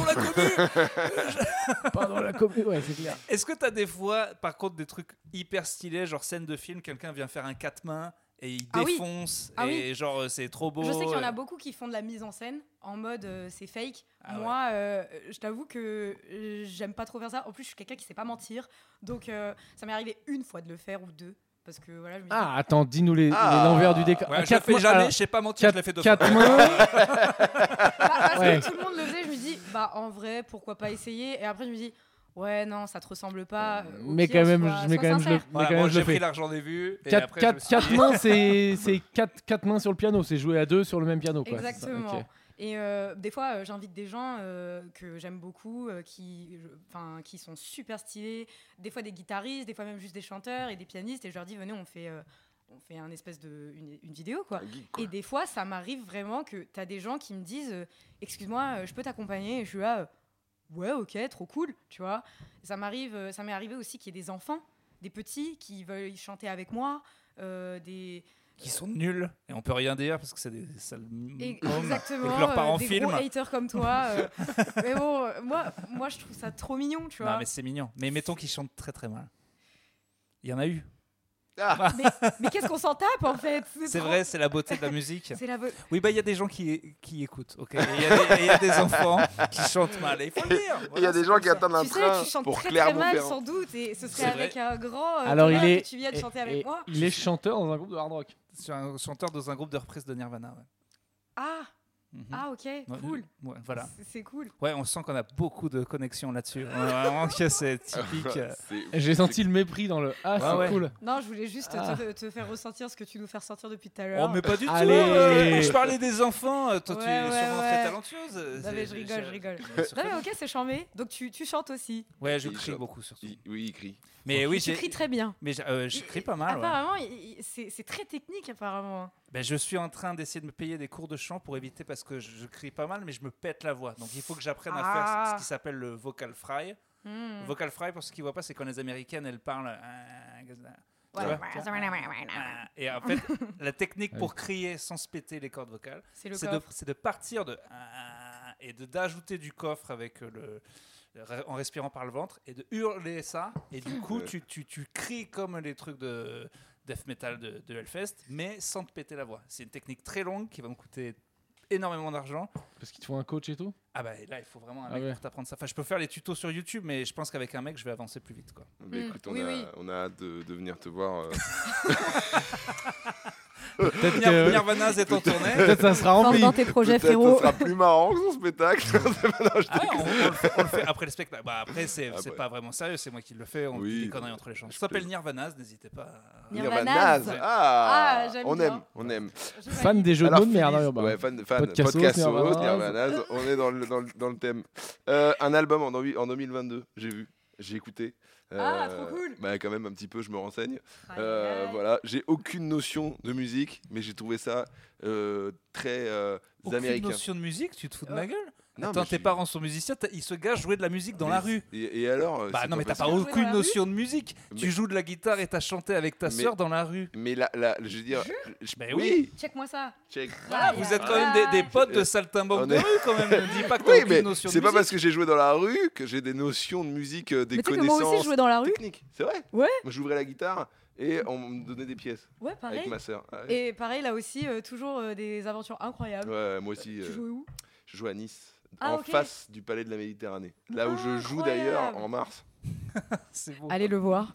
S2: Pardon la com- Ouais, c'est clair.
S3: *laughs* Est-ce que t'as des fois, par contre, des trucs hyper stylés, genre scène de film, quelqu'un vient faire un quatre mains et il
S4: Ah oui.
S3: défonce,
S4: Ah
S3: et genre euh, c'est trop beau.
S4: Je sais qu'il y en a beaucoup qui font de la mise en scène en mode euh, c'est fake.
S3: Ah
S4: Moi, euh, je t'avoue que euh, j'aime pas trop faire ça. En plus, je suis quelqu'un qui sait pas mentir. Donc, euh, ça m'est arrivé une fois de le faire ou deux. Parce que voilà, je me dis.
S2: Ah attends, dis-nous les, les
S1: Ah.
S2: l'envers du décor.
S3: Ouais,
S2: Ah,
S3: je le
S2: quatre
S3: fais
S2: mains-
S3: jamais,
S2: alors,
S3: je sais pas mentir, je l'ai fait deux
S2: quatre, quatre
S3: fois.
S2: mains.
S4: Bah, *laughs* parce
S2: Ouais.
S4: que tout le monde le faisait, je me dis, bah en vrai, pourquoi pas essayer Et après, je me dis, ouais, non, ça te ressemble pas. euh, au
S2: Mais
S4: pire,
S2: quand même,
S4: sois-
S2: je- mais
S4: sois
S2: quand même, je le,
S4: sincère.
S2: mais
S3: Ah, Voilà,
S2: quand
S3: bon,
S2: même, je
S3: j'ai
S2: le
S3: pris
S2: fais.
S3: l'argent des vues. et
S2: 4,
S3: après, je me suis dit-
S2: mains,
S3: *laughs*
S2: c'est c'est quatre, quatre mains sur le piano. C'est jouer à deux sur le même piano. Quoi. c'est ça, ok.
S4: Exactement. Et euh, des fois, euh, j'invite des gens euh, que j'aime beaucoup, euh, qui, je- 'fin, qui sont super stylés, des fois des guitaristes, des fois même juste des chanteurs et des pianistes, et je leur dis, venez, on fait, euh, on fait un espèce de, une, une vidéo, quoi.
S1: euh, Un geek, quoi.
S4: Et des fois, ça m'arrive vraiment que tu as des gens qui me disent euh, Excuse-moi, euh, je peux t'accompagner Et je suis là, euh, Ouais, ok, trop cool, tu vois. Ça m'arrive, euh, ça m'est arrivé aussi qu'il y ait des enfants, des petits qui veulent chanter avec moi, euh, des.
S3: qui sont nuls et on peut rien dire parce que c'est des sales m-
S4: Et-
S3: hommes et
S4: exactement,
S3: que leurs
S4: euh,
S3: parents
S4: des
S3: filment.
S4: gros haters comme toi. euh, mais bon, euh, moi, moi, je trouve ça trop mignon, tu vois.
S3: Non mais c'est mignon. Mais mettons qu'ils chantent très très mal. Il y en a eu.
S1: Ah,
S4: mais mais qu'est-ce qu'on s'en tape en fait
S3: C'est
S4: trop-
S3: vrai, c'est la beauté de la
S4: *laughs*
S3: musique.
S4: C'est la vo-
S3: Oui, bah il y a des gens qui, qui écoutent, ok. Et Il y, a des- et il y a des enfants qui chantent mal. et Il faut le dire.
S1: il y
S3: Voilà,
S1: a des
S3: c'est
S1: gens
S3: comme
S1: qui
S3: ça.
S1: attendent un
S4: Tu
S1: train
S4: sais, tu chantes
S1: pour
S4: très très mal
S1: Clermont-Ferrand.
S4: sans doute, et ce
S3: C'est
S4: serait
S3: vrai.
S4: avec un grand. euh,
S2: Alors il
S4: honneur
S2: est,
S4: Que tu viennes
S2: et-
S4: chanter
S2: et-
S4: avec moi.
S2: il est chanteur dans un groupe de hard rock.
S3: C'est un chanteur dans un groupe de reprises de Nirvana. ouais.
S4: Ah,
S3: Mhm.
S2: Mm.
S4: ah, ok,
S3: Ouais, euh,
S4: cool.
S3: ouais, voilà.
S4: C'est- C'est cool.
S3: Ouais, on sent qu'on a beaucoup de connexions là-dessus. On a Vraiment que
S1: *laughs*
S3: c'est typique. euh,
S1: C'est-
S2: J'ai senti le mépris dans le Ah,
S3: Ah
S2: c'est
S3: ouais.
S2: cool.
S4: Non, je voulais juste
S2: Ah.
S4: te, te faire ressentir ce que tu nous fais ressentir depuis tout à
S3: Oh,
S4: l'heure.
S3: mais pas du tout.
S2: Allez.
S3: euh, Je parlais des enfants. euh, Toi, tu es
S4: Ouais, ouais,
S3: sûrement
S4: ouais.
S3: très talentueuse. euh,
S4: Non, mais je
S3: c'est-
S4: rigole, je rigole.
S3: Bien sûr que
S4: Non, mais ok, c'est charmé. Donc tu, tu chantes aussi.
S3: Ouais, je
S1: Il
S3: crie
S1: chante.
S3: beaucoup surtout.
S1: Il- Oui, il crie.
S3: Mais Eh oui,
S4: tu
S3: j'ai-
S4: cries très Ah, bien.
S3: mais j'ai- euh, je crie pas mal. ouais.
S4: Apparemment, il- il- c'est c'est très technique, apparemment.
S3: Ben, je suis en train d'essayer de me payer des cours de chant pour éviter parce que je, je crie pas mal, mais je me pète la voix. Donc il faut que j'apprenne à faire ce-
S4: Ah.
S3: ce qui s'appelle le vocal fry.
S4: Hmm.
S3: Le vocal fry, pour ceux qui voient pas, c'est quand les Américaines elles parlent. euh, comme ça.
S4: Ouais.
S3: Tu vois, tu vois, euh,
S4: Ah.
S3: Et en
S4: *laughs*
S3: fait, la technique pour crier sans se péter les cordes vocales,
S4: C'est le
S3: c'est de,
S4: coffre.
S3: c'est de partir de euh, et de d'ajouter du coffre avec euh, le le- en respirant par le ventre et de hurler ça et du coup
S1: Ouais.
S3: tu, tu, tu cries comme les trucs de death metal de, de Hellfest mais sans te péter la voix c'est une technique très longue qui va me coûter énormément d'argent.
S2: Parce qu'il te faut un coach et tout
S3: Ah bah là, il faut vraiment un
S2: Ah
S3: mec
S2: ouais.
S3: pour t'apprendre ça. Enfin, je peux faire les tutos sur YouTube, mais je pense qu'avec un mec, je vais avancer plus vite. Quoi.
S1: Mais
S4: Mm,
S1: écoute, on,
S4: oui,
S1: a,
S4: oui.
S1: on a hâte de, de venir te voir. euh.
S2: Peut-être
S3: Nir-
S2: que-
S3: Nirvana, c'est en tournée.
S2: *laughs* peut-être ça sera
S4: Forme
S2: rempli.
S4: dans tes projets,
S1: Peut-être ça
S4: frérot.
S1: sera plus marrant que son spectacle. Non, je
S3: Ah, on, on le fait, on le fait après le spectacle. Bah, après, c'est
S1: Après.
S3: c'est pas vraiment sérieux, c'est moi qui le fais. On
S1: Ah Oui,
S3: dit des
S1: non,
S3: conneries
S1: mais
S3: entre les chansons.
S1: je
S3: Ça s'appelle
S1: plaisante.
S3: Nirvanaz, n'hésitez pas. à-
S1: déconne.
S4: Nirvana.
S1: Nirvana's. Ah,
S4: Ah, j'aime
S1: on
S4: bien.
S1: aime, on aime.
S2: Fan des jeux de
S1: Alors,
S2: mots de merde.
S1: Philippe,
S2: hein, bah.
S1: ouais, fan, fan
S2: Podcastos,
S1: Podcastos,
S2: Nirvana's.
S1: Nirvana's, on est dans le, dans le, dans le thème. Euh, un album en, en 2022, j'ai vu, j'ai écouté.
S4: Ah, trop cool.
S1: Bah, quand même, un petit peu, je me renseigne.
S4: Aïe,
S1: Euh,
S4: aïe.
S1: voilà, j'ai aucune notion de musique, mais j'ai trouvé ça euh, très euh,
S3: Aucune
S1: américain.
S3: notion de musique, tu te fous de ma gueule
S1: Non,
S3: Attends,
S1: mais
S3: tes
S1: je-
S3: parents sont musiciens, t'as- ils se gâchent jouer de la musique dans la
S1: Mais-
S3: rue.
S1: Et, et alors euh,
S3: Bah
S1: c'est
S3: non, mais t'as pas
S1: possible.
S4: possible. Jouer dans
S3: aucune
S4: la
S3: notion de musique.
S1: Mais-
S3: Tu joues de la guitare et t'as chanté avec ta
S1: Mais-
S3: sœur dans la rue.
S1: Mais là, là, je veux dire, je-
S3: Bah
S1: oui,
S4: Check-moi ça.
S1: check.
S3: Voilà, vous êtes quand même des, des potes de saltimbanques
S1: On
S3: de
S1: est-
S3: rue quand même. Ne dis pas que t'as
S1: Oui,
S3: aucune
S1: mais
S3: notion de
S1: c'est pas
S3: musique.
S1: parce que j'ai joué dans la rue que j'ai des notions de musique, euh, des
S4: Mais tu sais que moi
S1: connaissances
S4: aussi, je jouais dans la rue.
S1: techniques. C'est vrai
S4: Ouais.
S1: Moi, j'ouvrais la guitare et on me donnait des pièces
S4: Ouais, pareil.
S1: avec ma sœur. Ah ouais.
S4: Et pareil, là aussi, euh, toujours euh, des aventures incroyables.
S1: Ouais, moi aussi,
S4: Tu
S1: euh,
S4: jouais où
S1: je jouais à Nice,
S4: Ah,
S1: en
S4: ok.
S1: face du Palais de la Méditerranée. Là où je joue d'ailleurs en mars. *laughs*
S3: C'est beau.
S4: Allez le voir.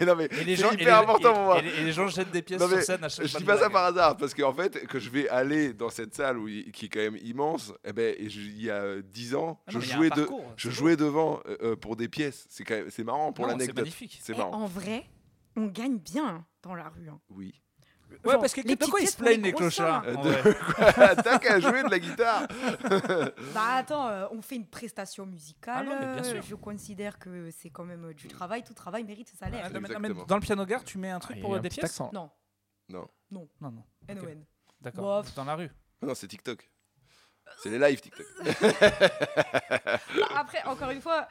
S1: Mais non, mais
S3: Et les
S1: c'est
S3: gens, et
S1: hyper
S3: les-
S1: important
S3: et-
S1: pour moi.
S3: et les- et les gens jettent des hein. pièces
S1: Non,
S3: sur
S1: mais
S3: scène à chaque
S1: Je
S3: fois
S1: dis
S3: de
S1: pas ça
S3: blague.
S1: par hasard, parce qu'en fait, que je vais aller dans cette salle où il- qui est quand même immense, eh ben, et je- il y a euh, 10 ans,
S3: Ah
S1: je
S3: non, mais il y a un
S1: jouais, de,
S3: parcours,
S1: je
S3: c'est beau.
S1: jouais devant euh, euh, pour des pièces. C'est quand même- c'est marrant pour
S3: Non, C'est
S1: l'anecdote.
S3: magnifique.
S1: C'est
S4: Eh,
S1: marrant.
S4: en vrai, on gagne bien hein, dans la rue. hein.
S1: Oui.
S3: Ouais,
S4: Genre,
S3: parce que
S4: les
S3: les
S4: petites
S3: pourquoi ils
S4: pièces
S3: se
S4: pour les
S3: plaignent les
S4: grosses
S3: clochards
S1: sommes.
S3: en
S1: Euh, de-
S3: vrai
S4: *laughs*
S1: T'as qu'à jouer de la guitare.
S4: Bah attends, euh, on fait une prestation musicale.
S3: Ah non, mais bien
S4: euh,
S3: sûr.
S4: Je considère que c'est quand même euh, du travail. Tout travail mérite sa salaire.
S3: Ah, non, mais- non, mais
S1: Exactement.
S3: Dans le piano gare, tu mets un
S2: Ah,
S3: truc
S2: il y a
S3: pour
S2: un
S3: des
S2: petit
S3: pièces
S2: accent.
S4: Non,
S3: Non, non.
S4: NON.
S3: D'accord.
S4: Bof.
S3: Dans la rue.
S1: Ah Non, c'est TikTok. C'est les lives TikTok.
S4: Bah, après, encore une fois,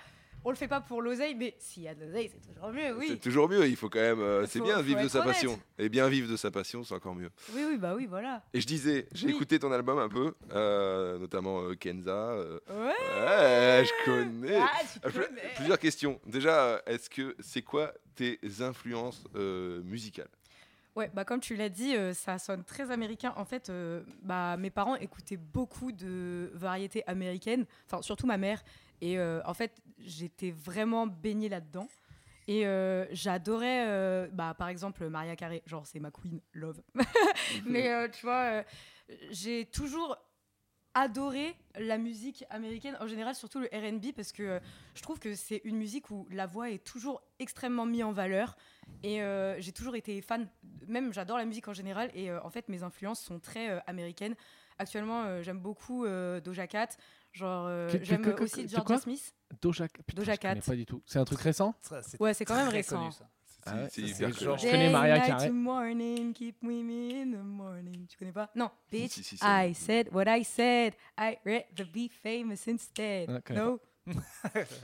S4: on le fait pas pour l'oseille, mais s'il y a de l'oseille, c'est toujours mieux,
S1: C'est
S4: oui.
S1: toujours mieux. Il faut quand même. euh, c'est
S4: Faut-
S1: bien
S4: faut
S1: vivre de
S4: être
S1: sa
S4: honnête.
S1: passion. Et bien vivre de sa passion, c'est encore mieux.
S4: Oui, oui, bah oui, voilà.
S1: Et je disais, j'ai
S4: Oui.
S1: écouté ton album un peu, euh, notamment euh, Kenza. euh,
S4: Ouais.
S1: ouais, je connais.
S4: Ah, tu
S1: Ah, pl-
S4: connais.
S1: Plusieurs questions. Déjà, euh, est-ce que c'est quoi tes influences euh, musicales
S4: Ouais, bah comme tu l'as dit, euh, ça sonne très américain. En fait, euh, bah, mes parents écoutaient beaucoup de variétés américaines, enfin surtout ma mère. Et euh, en fait, j'étais vraiment baignée là-dedans. Et euh, j'adorais, euh, bah, par exemple, Maria Carey, genre c'est ma queen, love. Mais euh, tu vois, euh, j'ai toujours adoré la musique américaine, en général surtout le RB, parce que euh, je trouve que c'est une musique où la voix est toujours extrêmement mise en valeur. Et euh, j'ai toujours été fan, même j'adore la musique en général, et euh, en fait mes influences sont très euh, américaines. Actuellement, euh, j'aime beaucoup euh, Doja Cat, genre euh,
S2: Que- que-
S4: j'aime
S2: que- que-
S4: aussi
S2: que-
S4: Georgia
S2: quoi
S4: Smith.
S2: Doja, putain,
S4: Doja
S2: je connais
S4: Cat.
S2: pas du tout. C'est un truc récent
S3: Ça, C'est
S4: Ouais, c'est quand même
S3: très
S4: récent.
S3: connu,
S4: hein.
S3: ça.
S1: C'est
S2: Ah ouais,
S1: c'est
S3: ça,
S1: hyper
S3: c'est
S1: connu.
S3: genre-
S2: Je connais
S4: Day,
S2: Mariah
S4: night
S2: Carey.
S4: to morning, keep me in the morning. Tu connais pas Non, bitch.
S1: Si, si, si.
S4: I said what I said. I read the be famous instead.
S2: Ah, quand même.
S4: no.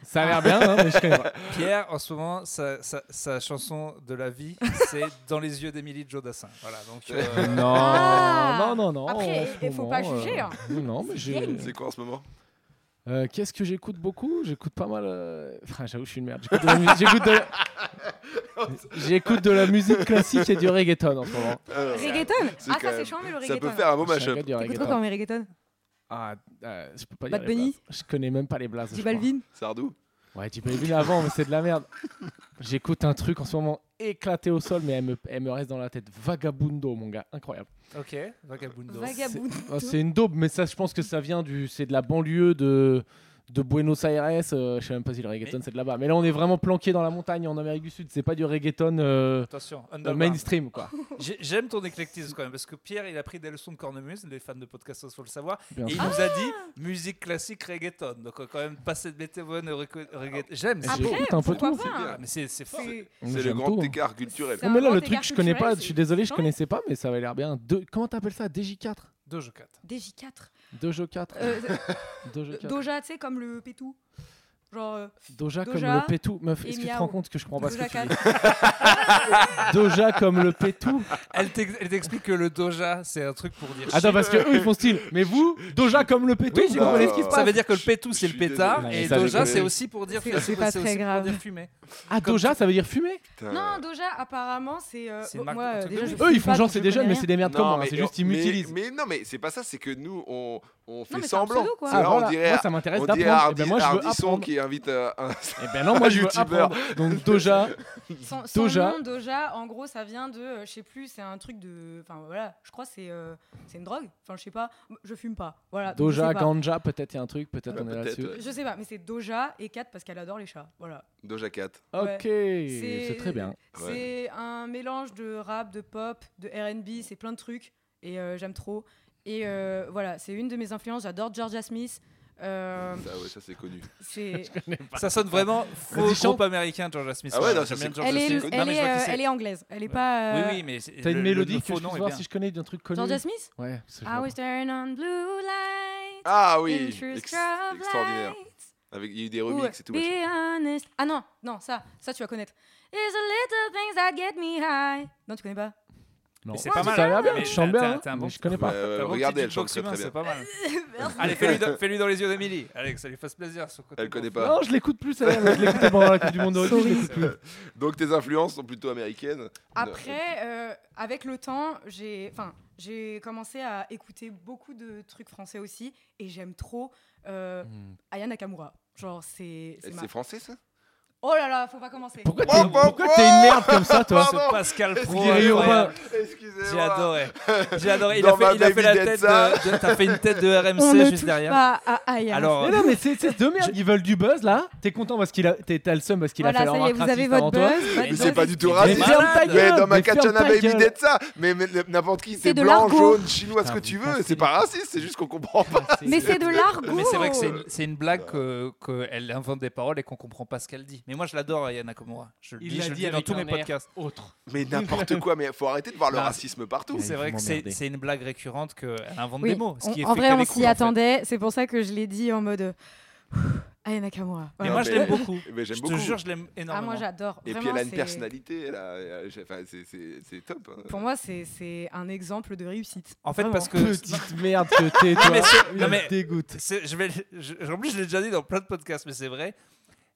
S2: Ça a l'air bien, hein, mais je connais pas.
S3: Pierre, en ce moment, sa, sa- sa chanson de la vie,
S4: *laughs*
S3: c'est Dans les yeux d'Émilie Jodassin. Voilà, donc. euh,
S2: Non,
S4: Ah
S2: non, non, non.
S4: Après,
S2: en ce
S4: il faut pas
S2: moment,
S4: juger,
S2: euh,
S4: hein.
S2: non, Non, mais j'ai.
S4: game.
S1: C'est quoi en ce moment
S2: Euh, Qu'est-ce que j'écoute beaucoup J'écoute pas mal. euh, enfin, j'avoue, je suis une merde. J'écoute de la mu- J'écoute de... j'écoute de la musique classique et du reggaeton en ce moment.
S1: Alors,
S4: Reggaeton
S1: c'est
S4: Ah,
S1: quand
S4: ça
S1: même-
S4: c'est chiant, mais le
S1: Ça
S4: reggaeton.
S1: peut faire un beau
S2: Je suis
S1: mashup.
S2: un gars du
S4: T'écoutes
S2: reggaeton.
S4: quoi comme reggaeton
S2: Ah, euh, je peux pas
S4: Bad
S2: dire. les
S4: Bunny
S2: blazes. Je connais même pas les blazes.
S4: J
S2: je crois.
S4: Balvin
S1: Sardou
S2: Ouais, J Balvin avant, mais c'est de la
S1: *laughs*
S2: merde. J'écoute un truc en ce moment éclaté au sol, mais elle me, elle me reste dans la tête. Vagabundo, mon gars, incroyable.
S3: ok, Vagabundo.
S4: Vagabond.
S2: Oh, c'est une daube, mais ça, je pense que ça vient du, c'est de la banlieue de, de Buenos Aires. euh, je sais même pas si le reggaeton
S3: Mais-
S2: c'est de là-bas. Mais là, on est vraiment planqué dans la montagne en Amérique du Sud. C'est pas du reggaeton euh,
S3: Attention,
S2: euh,
S3: underground.
S1: *laughs*
S2: mainstream, quoi.
S3: J'ai- J'aime ton éclectisme quand même, parce que Pierre, il a pris des leçons de cornemuse, les fans de podcast, faut le savoir,
S2: Bien
S3: et il
S2: sûr.
S3: nous a dit musique classique reggaeton. Donc, euh, quand même, passer de Beethoven au reco- reggaeton. J'aime, c'est
S2: Après,
S3: beau.
S2: j'écoute un peu
S4: pourquoi
S2: tout.
S4: pas, hein.
S3: Ah, Mais c'est c'est fort.
S4: C'est-
S1: C'est le
S2: J'aime
S1: grand
S2: tout, hein.
S1: écart culturel.
S4: C'est
S2: Non, mais là,
S4: un
S2: le
S4: grand
S2: truc,
S4: écart
S2: je connais pas.
S4: culturel,
S2: Je
S4: c'est-
S2: suis désolé, je
S4: Ouais.
S2: connaissais pas, mais ça avait l'air bien. Deux- Comment t'appelles ça DJ4
S3: Deux jeux quatre.
S4: DJ4.
S2: 2 jeux 4
S1: *laughs*
S4: Euh,
S2: Doja 4
S4: Doja, tu sais, comme le pétou. Genre. euh,
S2: Doja,
S4: Doja
S2: comme le pétou. Meuf,
S4: et
S2: est-ce que tu te
S4: Miao.
S2: rends compte que je comprends pas
S4: Doja
S2: ce que tu
S4: Cat.
S2: dis Doja comme le
S3: *laughs*
S2: pétou.
S3: Elle t'ex- elle t'explique que le doja, c'est un truc pour dire.
S2: Attends, parce que eux, ils font style. Mais vous, Doja comme le pétou.
S3: Oui,
S2: vous
S3: j'ai
S1: compris
S2: comprenez
S1: ce qui se
S3: Ça
S1: passe.
S3: veut dire que le pétou,
S1: Je
S3: c'est le
S1: suis
S3: pétard,
S2: désolé.
S3: et
S2: Ça, j'ai
S3: doja,
S1: compris.
S3: c'est aussi pour dire
S4: C'est- c'est
S3: c'est
S4: pas
S3: aussi
S4: très
S3: pour
S4: grave.
S3: dire fumer.
S2: Ah,
S3: Comme
S2: Doja,
S3: tu-
S2: ça veut dire fumer.
S1: Putain.
S4: Non, Doja, apparemment, c'est. euh,
S3: C'est
S4: bon,
S3: Marc-
S4: moi,
S3: un
S4: euh,
S3: truc de
S4: déjà,
S3: ouf.
S4: je
S2: Eux,
S4: fume
S2: ils font
S4: pas,
S2: genre,
S4: donc
S2: c'est
S4: je
S2: des jeunes,
S4: connais
S2: mais c'est des merdes comme
S1: Non,
S2: moi.
S1: mais-
S2: hein, C'est juste, ils
S1: mais-
S2: m'utilisent.
S1: Mais non, mais c'est pas ça, c'est que nous, on, on fait
S4: mais c'est un
S1: semblant.
S4: pseudo, quoi.
S1: C'est
S4: Ah,
S1: là, on
S2: voilà.
S1: dirait,
S2: Moi, ça m'intéresse
S1: on dirait
S2: d'apprendre. Eh
S1: Hardi-
S2: ben, moi, je veux
S1: Hardisson
S2: apprendre.
S1: qui invite euh, un. *laughs*
S2: Eh ben non, moi, je veux
S1: youtubeur.
S2: apprendre. Donc, Doja,
S3: *laughs*
S4: Son, son
S2: Doja.
S4: nom, Doja, en gros, ça vient de, euh, je sais plus, c'est un truc de, enfin voilà, je crois que c'est, euh, c'est une drogue. Enfin, je sais pas, je fume pas. Voilà. donc je
S2: Doja,
S4: sais pas.
S2: Ganja, peut-être il y a un truc, peut-être
S1: Ouais,
S2: on est
S1: peut-être,
S2: là-dessus.
S1: ouais.
S4: Je sais pas, mais c'est Doja et Kat parce qu'elle adore les chats. Voilà.
S1: Doja Cat.
S4: Ouais.
S2: Ok, c'est très bien.
S4: C'est un mélange de rap, de pop, de R&B, c'est plein de trucs et euh, j'aime trop. Et euh, voilà, c'est une de mes influences. J'adore Georgia Smith. Euh,
S1: Ça, ouais, ça c'est connu.
S3: *laughs*
S4: c'est,
S3: Ça sonne vraiment faux
S2: Vas-y, chante.
S3: groupe américain, Georgia Smith.
S1: Ah ouais, non, ça,
S3: J'aime
S1: c'est
S3: bien Georgia
S4: elle est,
S3: Smith.
S1: Smith.
S3: Non,
S4: elle
S3: mais
S4: est,
S3: je vois qui
S4: euh,
S3: c'est.
S4: elle est anglaise. Elle est pas.
S3: Oui,
S4: euh,
S3: oui, mais. c'est-
S2: T'as une
S3: le- le-
S2: mélodie
S3: le
S2: que je
S3: faux
S2: puisse
S3: nom est
S2: voir
S3: bien.
S2: si je connais d'un truc connu.
S4: Georgia Smith.
S2: Ouais, parce que je
S4: I
S2: vois
S4: was turn on blue light.
S1: Ah
S4: in
S1: oui,
S4: true
S1: ex-
S4: strobe
S1: extraordinaire.
S4: light.
S1: Avec, il y a eu des
S4: Ou,
S1: remixes et tout. machin.
S4: Be honest. Ah non, non, ça, ça tu vas connaître. There's a little things that get me high. Non, tu connais pas.
S2: Non,
S3: Mais c'est
S2: ça
S3: pas
S2: a
S3: mal.
S2: l'air bien,
S3: Mais
S2: je chante
S3: t'as-
S2: bien.
S3: t'as un
S2: hein,
S3: bon
S2: mais Je connais
S1: Bah,
S2: pas.
S1: euh,
S3: T'as un bon
S1: regardez,
S3: petit
S1: elle chante
S3: beatbox
S1: très
S3: humain,
S1: très bien.
S3: C'est pas mal.
S4: Merci.
S3: Allez, fais-lui dans, fais-lui dans les yeux d'Emily. Allez, que ça lui fasse plaisir. Son côté
S1: Elle connaît
S3: bon.
S1: pas.
S2: Non, je l'écoute plus, ça y est, je l'écoutais pendant la Coupe du Monde de rugby, je
S4: Sorry.
S2: l'écoute plus.
S1: Donc tes influences sont plutôt américaines.
S4: Après, euh, avec le temps, j'ai, enfin, j'ai commencé à écouter beaucoup de trucs français aussi, et j'aime trop euh,
S2: Hmm.
S4: Aya Nakamura. Genre, c'est,
S1: Euh,
S4: c'est ma-
S1: C'est français ça
S4: Oh là là, faut pas commencer.
S2: Pourquoi
S1: Bon,
S2: t'es
S4: bah,
S1: bon,
S2: pourquoi
S1: bon.
S2: t'es une merde comme ça, toi
S1: Bon, bon.
S3: Pascal Pro.
S2: Guéry
S3: incroyable.
S1: Excusez-moi.
S3: J'ai adoré. J'ai adoré. Il
S1: Dans
S3: a fait, il a
S1: ma
S3: fait la
S1: David
S3: tête.
S1: Hetza.
S3: De, de- t'as fait une tête de
S4: On
S3: RMC
S4: ne
S3: juste
S4: touche
S3: derrière.
S4: pas à Aya.
S3: Alors,
S2: Mais non, mais c'est c'est de merde. Ils veulent du buzz là. T'es content parce qu'il a, t'es- t'as le seum parce qu'il
S4: voilà,
S2: a fait
S4: ça y est, vous
S2: l'embarque
S4: avez
S2: raciste
S4: votre
S2: avant toi.
S4: buzz. votre
S1: Mais c'est
S4: buzz.
S1: pas du tout
S2: Mais
S1: raciste.
S2: ferme ta
S1: Mais
S2: gueule.
S1: dans ma
S2: mais ferme
S1: Kachana
S2: ta
S1: Baby
S2: gueule.
S1: d'être ça. Mais, mais n'importe qui, c'est
S4: de
S1: blanc,
S4: l'argot.
S1: jaune, chinois, ce
S2: Putain,
S1: que
S2: vous
S1: tu
S2: pensez-
S1: veux. C'est pas raciste, c'est juste qu'on comprend pas.
S4: Mais c'est de l'argot.
S3: Mais c'est vrai que c'est une, c'est une blague que- qu'elle invente des paroles et qu'on comprend pas ce qu'elle dit. Mais moi, je l'adore, Ayana Komura. Je le
S2: Il
S3: dis,
S2: l'a
S3: je le
S2: dit
S3: dis dans
S2: avec
S3: tous mes
S2: un air.
S3: podcasts.
S2: autre.
S1: Mais n'importe quoi. Mais faut arrêter de voir le
S3: Bah,
S1: racisme partout.
S3: C'est
S2: ils
S3: vrai
S2: vont
S3: que c'est
S2: m'emmerder.
S3: c'est une blague récurrente qu'elle invente
S4: Oui,
S3: des mots. Ce qui est
S4: on- en
S3: fait
S4: vrai,
S3: qu'elle
S4: on
S3: est
S4: s'y
S3: cool, en fait.
S4: attendait. C'est pour ça que je l'ai dit en mode euh, Aya Nakamura.
S3: Mais
S4: Voilà.
S3: moi, je
S1: mais-
S3: l'aime beaucoup.
S1: Mais Eh ben, j'aime
S3: Je
S1: beaucoup.
S3: te jure, je l'aime
S4: Ah,
S3: énormément.
S4: moi, j'adore.
S1: Et puis
S4: Vraiment,
S1: elle a une
S4: c'est-
S1: personnalité. elle a- elle a- enfin, c'est- C'est c'est top. hein.
S4: Pour moi, c'est- c'est un exemple de réussite.
S3: En fait, parce que.
S2: Petite merde que t'es, toi.
S3: mais c'est-
S2: Il
S3: non,
S2: me
S3: mais-
S2: dégoûte.
S3: C'est- je vais, je- en plus, je l'ai déjà dit dans plein de podcasts, mais c'est vrai.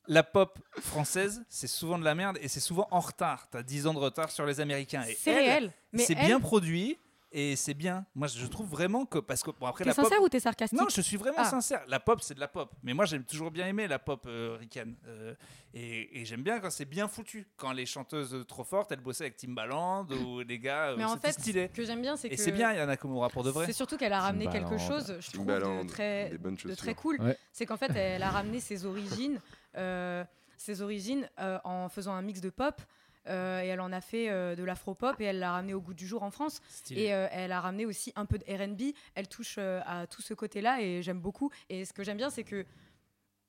S3: La pop française, c'est souvent de la merde et c'est souvent en retard. T'as 10 ans de retard sur les Américains. Ah, Et
S4: C'est
S3: elle,
S4: réel. Mais
S3: C'est
S4: elle,
S3: bien produit et c'est bien. Moi, je trouve vraiment que. Parce que. Bon, après,
S4: T'es
S3: la pop.
S4: sincère ou t'es sarcastique
S3: Non, je suis vraiment
S4: Ah.
S3: sincère. La pop, c'est de la pop. Mais moi, j'ai toujours bien aimé la pop euh, ricaine. Euh, et et j'aime bien quand c'est bien foutu. Quand les chanteuses euh, trop fortes, elles bossaient avec Timbaland ou
S4: *laughs*
S3: les gars, euh,
S4: Mais en
S3: c'était
S4: fait,
S3: stylé.
S4: Ce que j'aime bien, c'est que.
S3: Et c'est bien, Yana Komura, pour de vrai.
S4: C'est surtout qu'elle a ramené
S2: Timbaland.
S4: quelque chose, je trouve,
S1: Timbaland,
S4: de très,
S1: des bonnes
S4: de
S1: chaussures.
S4: très cool.
S2: Ouais.
S4: C'est qu'en fait, elle a ramené ses origines, euh, ses origines euh, en faisant un mix de pop. euh, et elle en a fait euh, de l'afro-pop et elle l'a ramené au goût du jour en France.
S3: Stylé.
S4: Et euh, elle a ramené aussi un peu de RB. Elle touche euh, à tout ce côté-là et j'aime beaucoup. Et ce que j'aime bien, c'est que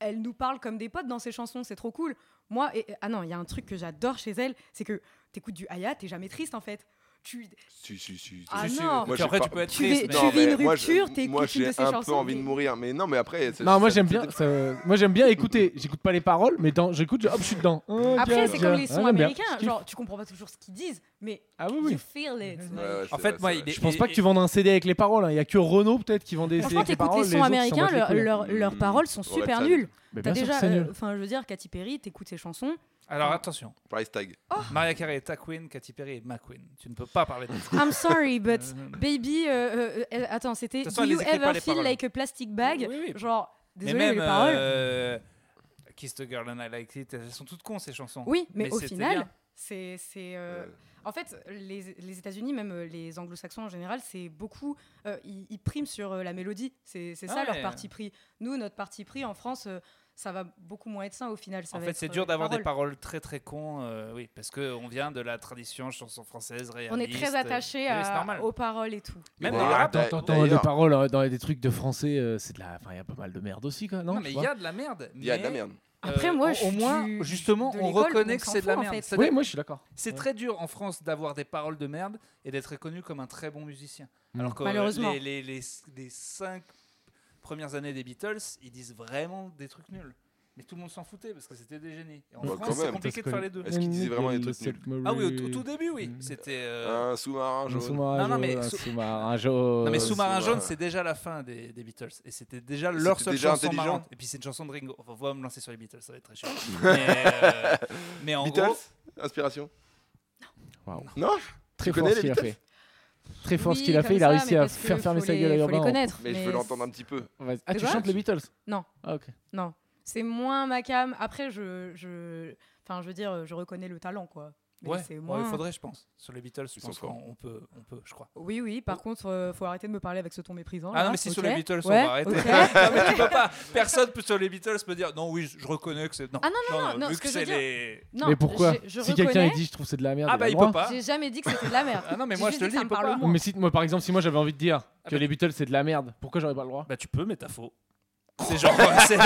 S4: elle nous parle comme des potes dans ses chansons. C'est trop cool. Moi, et, ah non, il y a un truc que j'adore chez elle, c'est que t'écoutes du Aya, t'es jamais triste en fait. Tu,
S1: Si, si, si, si.
S4: Ah
S3: Je suis-
S4: non.
S1: Moi,
S3: Puis après,
S1: j'ai
S3: tu peux être
S4: Tu
S3: triste. mais-
S4: vis- tu
S1: Non,
S4: vis
S1: mais
S4: une
S1: moi, je-
S4: rupture, t'écoutes
S1: Moi,
S4: une de
S1: j'ai
S4: ses
S1: un peu
S4: chansons,
S1: envie de
S4: mais-
S1: mourir. Mais non, mais après. ça-
S2: Non, moi
S1: ça-
S2: j'aime
S1: ça-
S2: bien. ça- moi j'aime bien écouter. J'écoute pas les paroles, mais dans, j'écoute, je- hop, je suis dedans. Oh, tiens,
S4: Après, c'est
S2: tiens.
S4: comme les
S2: Ah,
S4: sons
S2: j'aime bien.
S4: américains.
S2: Je kiffe.
S4: Genre, tu comprends pas toujours ce qu'ils disent, mais
S2: Ah oui,
S4: you
S2: oui.
S4: feel it.
S1: Ouais, ouais,
S3: En
S1: c'est
S3: fait,
S1: vrai,
S3: moi,
S1: c'est
S3: il
S1: vrai.
S3: est-
S2: Je pense pas que tu vendes un CD avec les paroles. hein. Il y a que Renault peut-être qui vend des CD
S4: Franchement,
S2: avec les
S4: t'écoutes
S2: paroles.
S4: les sons
S2: autres, ils s'en
S4: américains,
S2: battent les
S4: leur-
S2: couilles.
S4: leur- leurs
S1: Mm.
S4: paroles sont
S1: On va
S4: super
S1: être
S4: nulles.
S2: Mais
S4: T'as
S2: Eh bien sûr que
S4: déjà,
S2: c'est nul.
S4: euh, enfin, je veux dire, Katy Perry, t'écoutes
S2: *laughs*
S4: ses chansons.
S3: Alors attention,
S1: Price tag.
S3: Maria Carey est ta queen, Katy Perry est ma queen. Tu ne peux pas parler de
S4: *laughs*
S3: ça.
S4: I'm sorry, but
S3: Euh,
S4: baby, euh, euh, euh, attends, c'était
S3: De toute
S4: Do
S3: façon, elle
S4: you
S3: les écrit pas,
S4: ever
S3: les
S4: feel
S3: paroles.
S4: like a plastic bag
S3: oui, oui.
S4: Genre,
S3: Mais
S4: désolé, mais
S3: même
S4: les paroles.
S3: euh, Kiss the Girl and I Like It, elles sont toutes cons ces chansons.
S4: Oui, mais, au
S3: c'était
S4: final,
S3: bien.
S4: c'est. c'est, euh,
S1: Euh,
S4: En fait, les, les États-Unis, même euh, les anglo-saxons en général, c'est beaucoup. euh, ils, ils priment sur euh, la mélodie. C'est c'est
S3: Ah
S4: ça leur
S3: ouais.
S4: parti pris. Nous, notre parti pris en France, euh, ça va beaucoup moins être ça au final. Ça
S3: en
S4: va
S3: fait,
S4: être,
S3: c'est
S4: euh,
S3: dur
S4: les
S3: d'avoir des paroles très très cons, euh, oui, parce qu'on vient de la tradition chanson française
S4: On
S3: réaliste.
S4: est très attaché
S3: Oui, c'est normal.
S4: aux paroles et tout.
S3: Même
S1: Ouais,
S3: dans le rap,
S1: attends,
S2: T'entends
S1: D'ailleurs-
S2: des paroles euh, dans des trucs de français, euh, c'est de la. Enfin, il y a pas mal de merde aussi, quoi. Non,
S3: euh, Non,
S2: tu
S3: mais il
S2: vois
S3: y a de la merde.
S1: Il y a de la
S3: mais,
S1: merde.
S3: euh,
S4: Après, moi,
S3: au-
S4: je
S3: au
S4: suis
S3: moins,
S4: du-
S3: justement,
S4: de
S3: on
S4: l'école,
S3: reconnaît
S4: donc
S3: que
S4: on
S3: c'est de la
S4: s'en fout, en
S3: merde.
S4: fait.
S3: C'est-à-dire
S2: Oui, moi je suis d'accord.
S3: C'est
S2: Ouais.
S3: très dur en France d'avoir des paroles de merde et d'être reconnu comme un très bon musicien.
S1: Hmm.
S2: Mm.
S3: Alors que euh,
S4: Malheureusement.
S3: Les, les, les- les cinq premières années des Beatles, ils disent vraiment des trucs nuls. Mais tout le monde s'en foutait parce que c'était des génies. Et en
S1: Bah, quand
S3: France, c'est
S1: même.
S3: compliqué de faire les deux.
S1: Est-ce Hmm. qu'ils disaient vraiment des trucs
S3: Ah oui, au, au tout début, oui. C'était. euh,
S1: Un sous-marin
S2: Un
S1: jaune.
S2: sous-marin
S3: Non, non, mais
S2: jaune, un
S3: sous-
S2: sous-marin jaune.
S3: Non, mais
S1: euh,
S3: Sous-marin
S1: c'est-
S3: jaune,
S1: ouais.
S3: c'est déjà la fin des, des Beatles. Et c'était déjà
S1: Et
S3: leur
S1: c'était
S3: seule
S1: déjà
S3: chanson
S1: intelligent.
S3: marrante. Et puis c'est une chanson de Ringo. Enfin, on va me lancer sur les Beatles, ça va être très
S1: *laughs*
S3: chiant. mais, euh, mais en
S1: Beatles
S3: gros.
S1: Inspiration
S2: Waouh.
S1: Non
S2: Très
S1: Tu
S2: fort
S1: connais les
S2: ce qu'il a fait. Très fort ce
S4: Oui,
S2: qu'il a
S4: comme
S2: fait. Il a
S4: ça,
S2: réussi
S4: mais
S2: à
S4: parce que
S2: faire fermer
S4: faut
S2: sa
S4: les-
S2: gueule à
S4: faut les
S2: Urbain. hein.
S4: connaître.
S1: Mais je veux
S4: mais
S1: l'entendre un petit peu.
S2: Vas-y. Ah,
S4: De
S2: tu
S4: quoi
S2: chantes les Beatles
S4: Non.
S2: Ah, ok.
S4: Non, c'est moins ma cam. Après, je, je, enfin, je veux dire, je reconnais le talent, quoi. Mais
S3: Ouais,
S4: c'est
S3: ouais,
S4: moins-
S3: il faudrait, je pense. Sur les Beatles, je
S1: Ils
S3: pense
S1: sont forts.
S3: qu'on on peut, on peut, je crois.
S4: Oui, oui. Par contre, euh, faut arrêter de me parler avec ce ton méprisant.
S3: Oh. Ah
S4: là,
S3: non, mais si sur
S4: ok
S3: les Beatles, on
S4: Ouais,
S3: va arrêter.
S4: ok.
S3: *laughs* Non, mais tu peux pas. Personne peut sur les Beatles peut dire non, oui, je- je reconnais que c'est. Non,
S4: Ah non, non, non, non,
S3: vu
S4: ce que je
S3: c'est
S4: veux dire-
S3: les.
S4: Non,
S2: mais pourquoi
S4: je, je
S2: Si
S4: reconnais,
S2: quelqu'un il dit je trouve c'est de la merde.
S3: Ah bah
S2: a
S3: il
S2: le
S3: peut
S2: droit.
S3: pas.
S4: J'ai jamais dit que c'était de la merde.
S3: Ah non, mais
S4: J'ai
S3: moi je
S4: juste
S3: te le
S4: dit
S3: dis,
S4: que ça
S3: il
S4: me
S3: peut
S4: parle
S3: pas.
S4: moins.
S2: Mais si moi par exemple si moi j'avais envie de dire
S3: Ah
S2: que
S3: bah-
S2: les Beatles c'est de la merde, pourquoi j'aurais pas le droit
S3: Bah tu peux, mais t'as faux. C'est genre, c'est-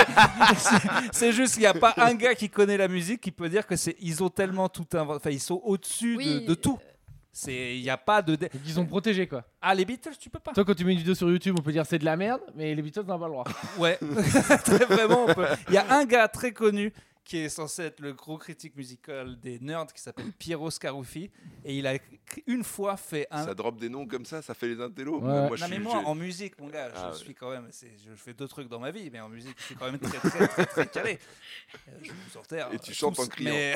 S3: c'est- c'est juste qu'il n'y a pas un gars qui connaît la musique qui peut dire que c'est ils ont tellement tout inventé, enfin ils sont au-dessus
S4: Oui,
S3: de, de tout. C'est il n'y a pas de dé-
S2: Donc, Ils ont protégé quoi.
S3: ah les Beatles tu peux pas.
S2: Toi quand tu mets une vidéo sur YouTube on peut dire c'est de la merde, mais les Beatles n'ont pas le droit.
S3: Ouais, *laughs* Très vraiment. on peut- Il y a un gars très connu qui est censé être le gros critique musical des nerds qui s'appelle Piero Scaruffi et il a écrit- une fois fait
S4: hein.
S3: un.
S1: Ça drop des noms comme ça, ça fait les intellos.
S2: Ouais.
S1: Moi, je
S3: non mais
S1: suis-
S3: moi
S1: je-
S3: en musique mon gars,
S1: Ah
S3: je
S1: ouais.
S3: suis quand même, c'est- je fais deux trucs dans ma vie, mais en musique je suis quand même très très très,
S1: *laughs*
S3: très calé. Euh, Je vous en terre,
S1: Et tu
S3: euh,
S1: chantes
S3: tous,
S1: en criant. *laughs*
S3: mais-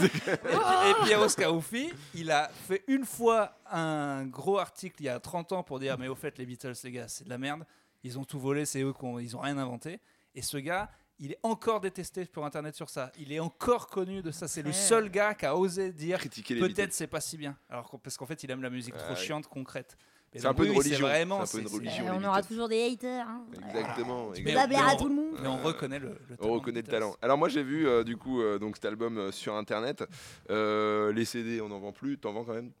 S3: et Piero Scaruffi, il a fait une fois un gros article il y a 30 ans pour dire mais au fait les Beatles les gars c'est de la merde, ils ont tout volé, c'est eux qui ont, ils ont rien inventé. Et ce gars, il est encore détesté sur internet sur ça. Il est encore connu de ça. C'est le
S4: Ouais.
S3: seul gars qui a osé dire
S1: critiquer les Beatles.
S3: peut-être c'est pas si bien. Alors qu'en- parce qu'en fait il aime la musique
S1: Ah
S3: trop
S1: oui.
S3: chiante, concrète. Mais
S1: C'est un
S3: donc,
S1: peu une
S3: oui, c'est
S1: religion.
S3: Vraiment,
S1: C'est un peu une
S3: c'est-
S4: Euh,
S1: religion. les
S5: Eh, on aura
S1: Beatles.
S5: toujours des haters. Hein.
S4: Ah.
S1: Exactement.
S5: Tu peux
S1: exactement.
S5: pas
S3: on-
S5: plaire
S3: mais
S5: à
S3: on-
S5: tout le monde.
S3: *laughs* Mais on reconnaît le, le talent
S1: Euh, On reconnaît le
S3: des
S1: talent.
S3: Beatles.
S1: Alors moi j'ai vu euh, du coup euh, donc cet album euh, sur internet. Euh, les CD on n'en vend plus, t'en vends quand même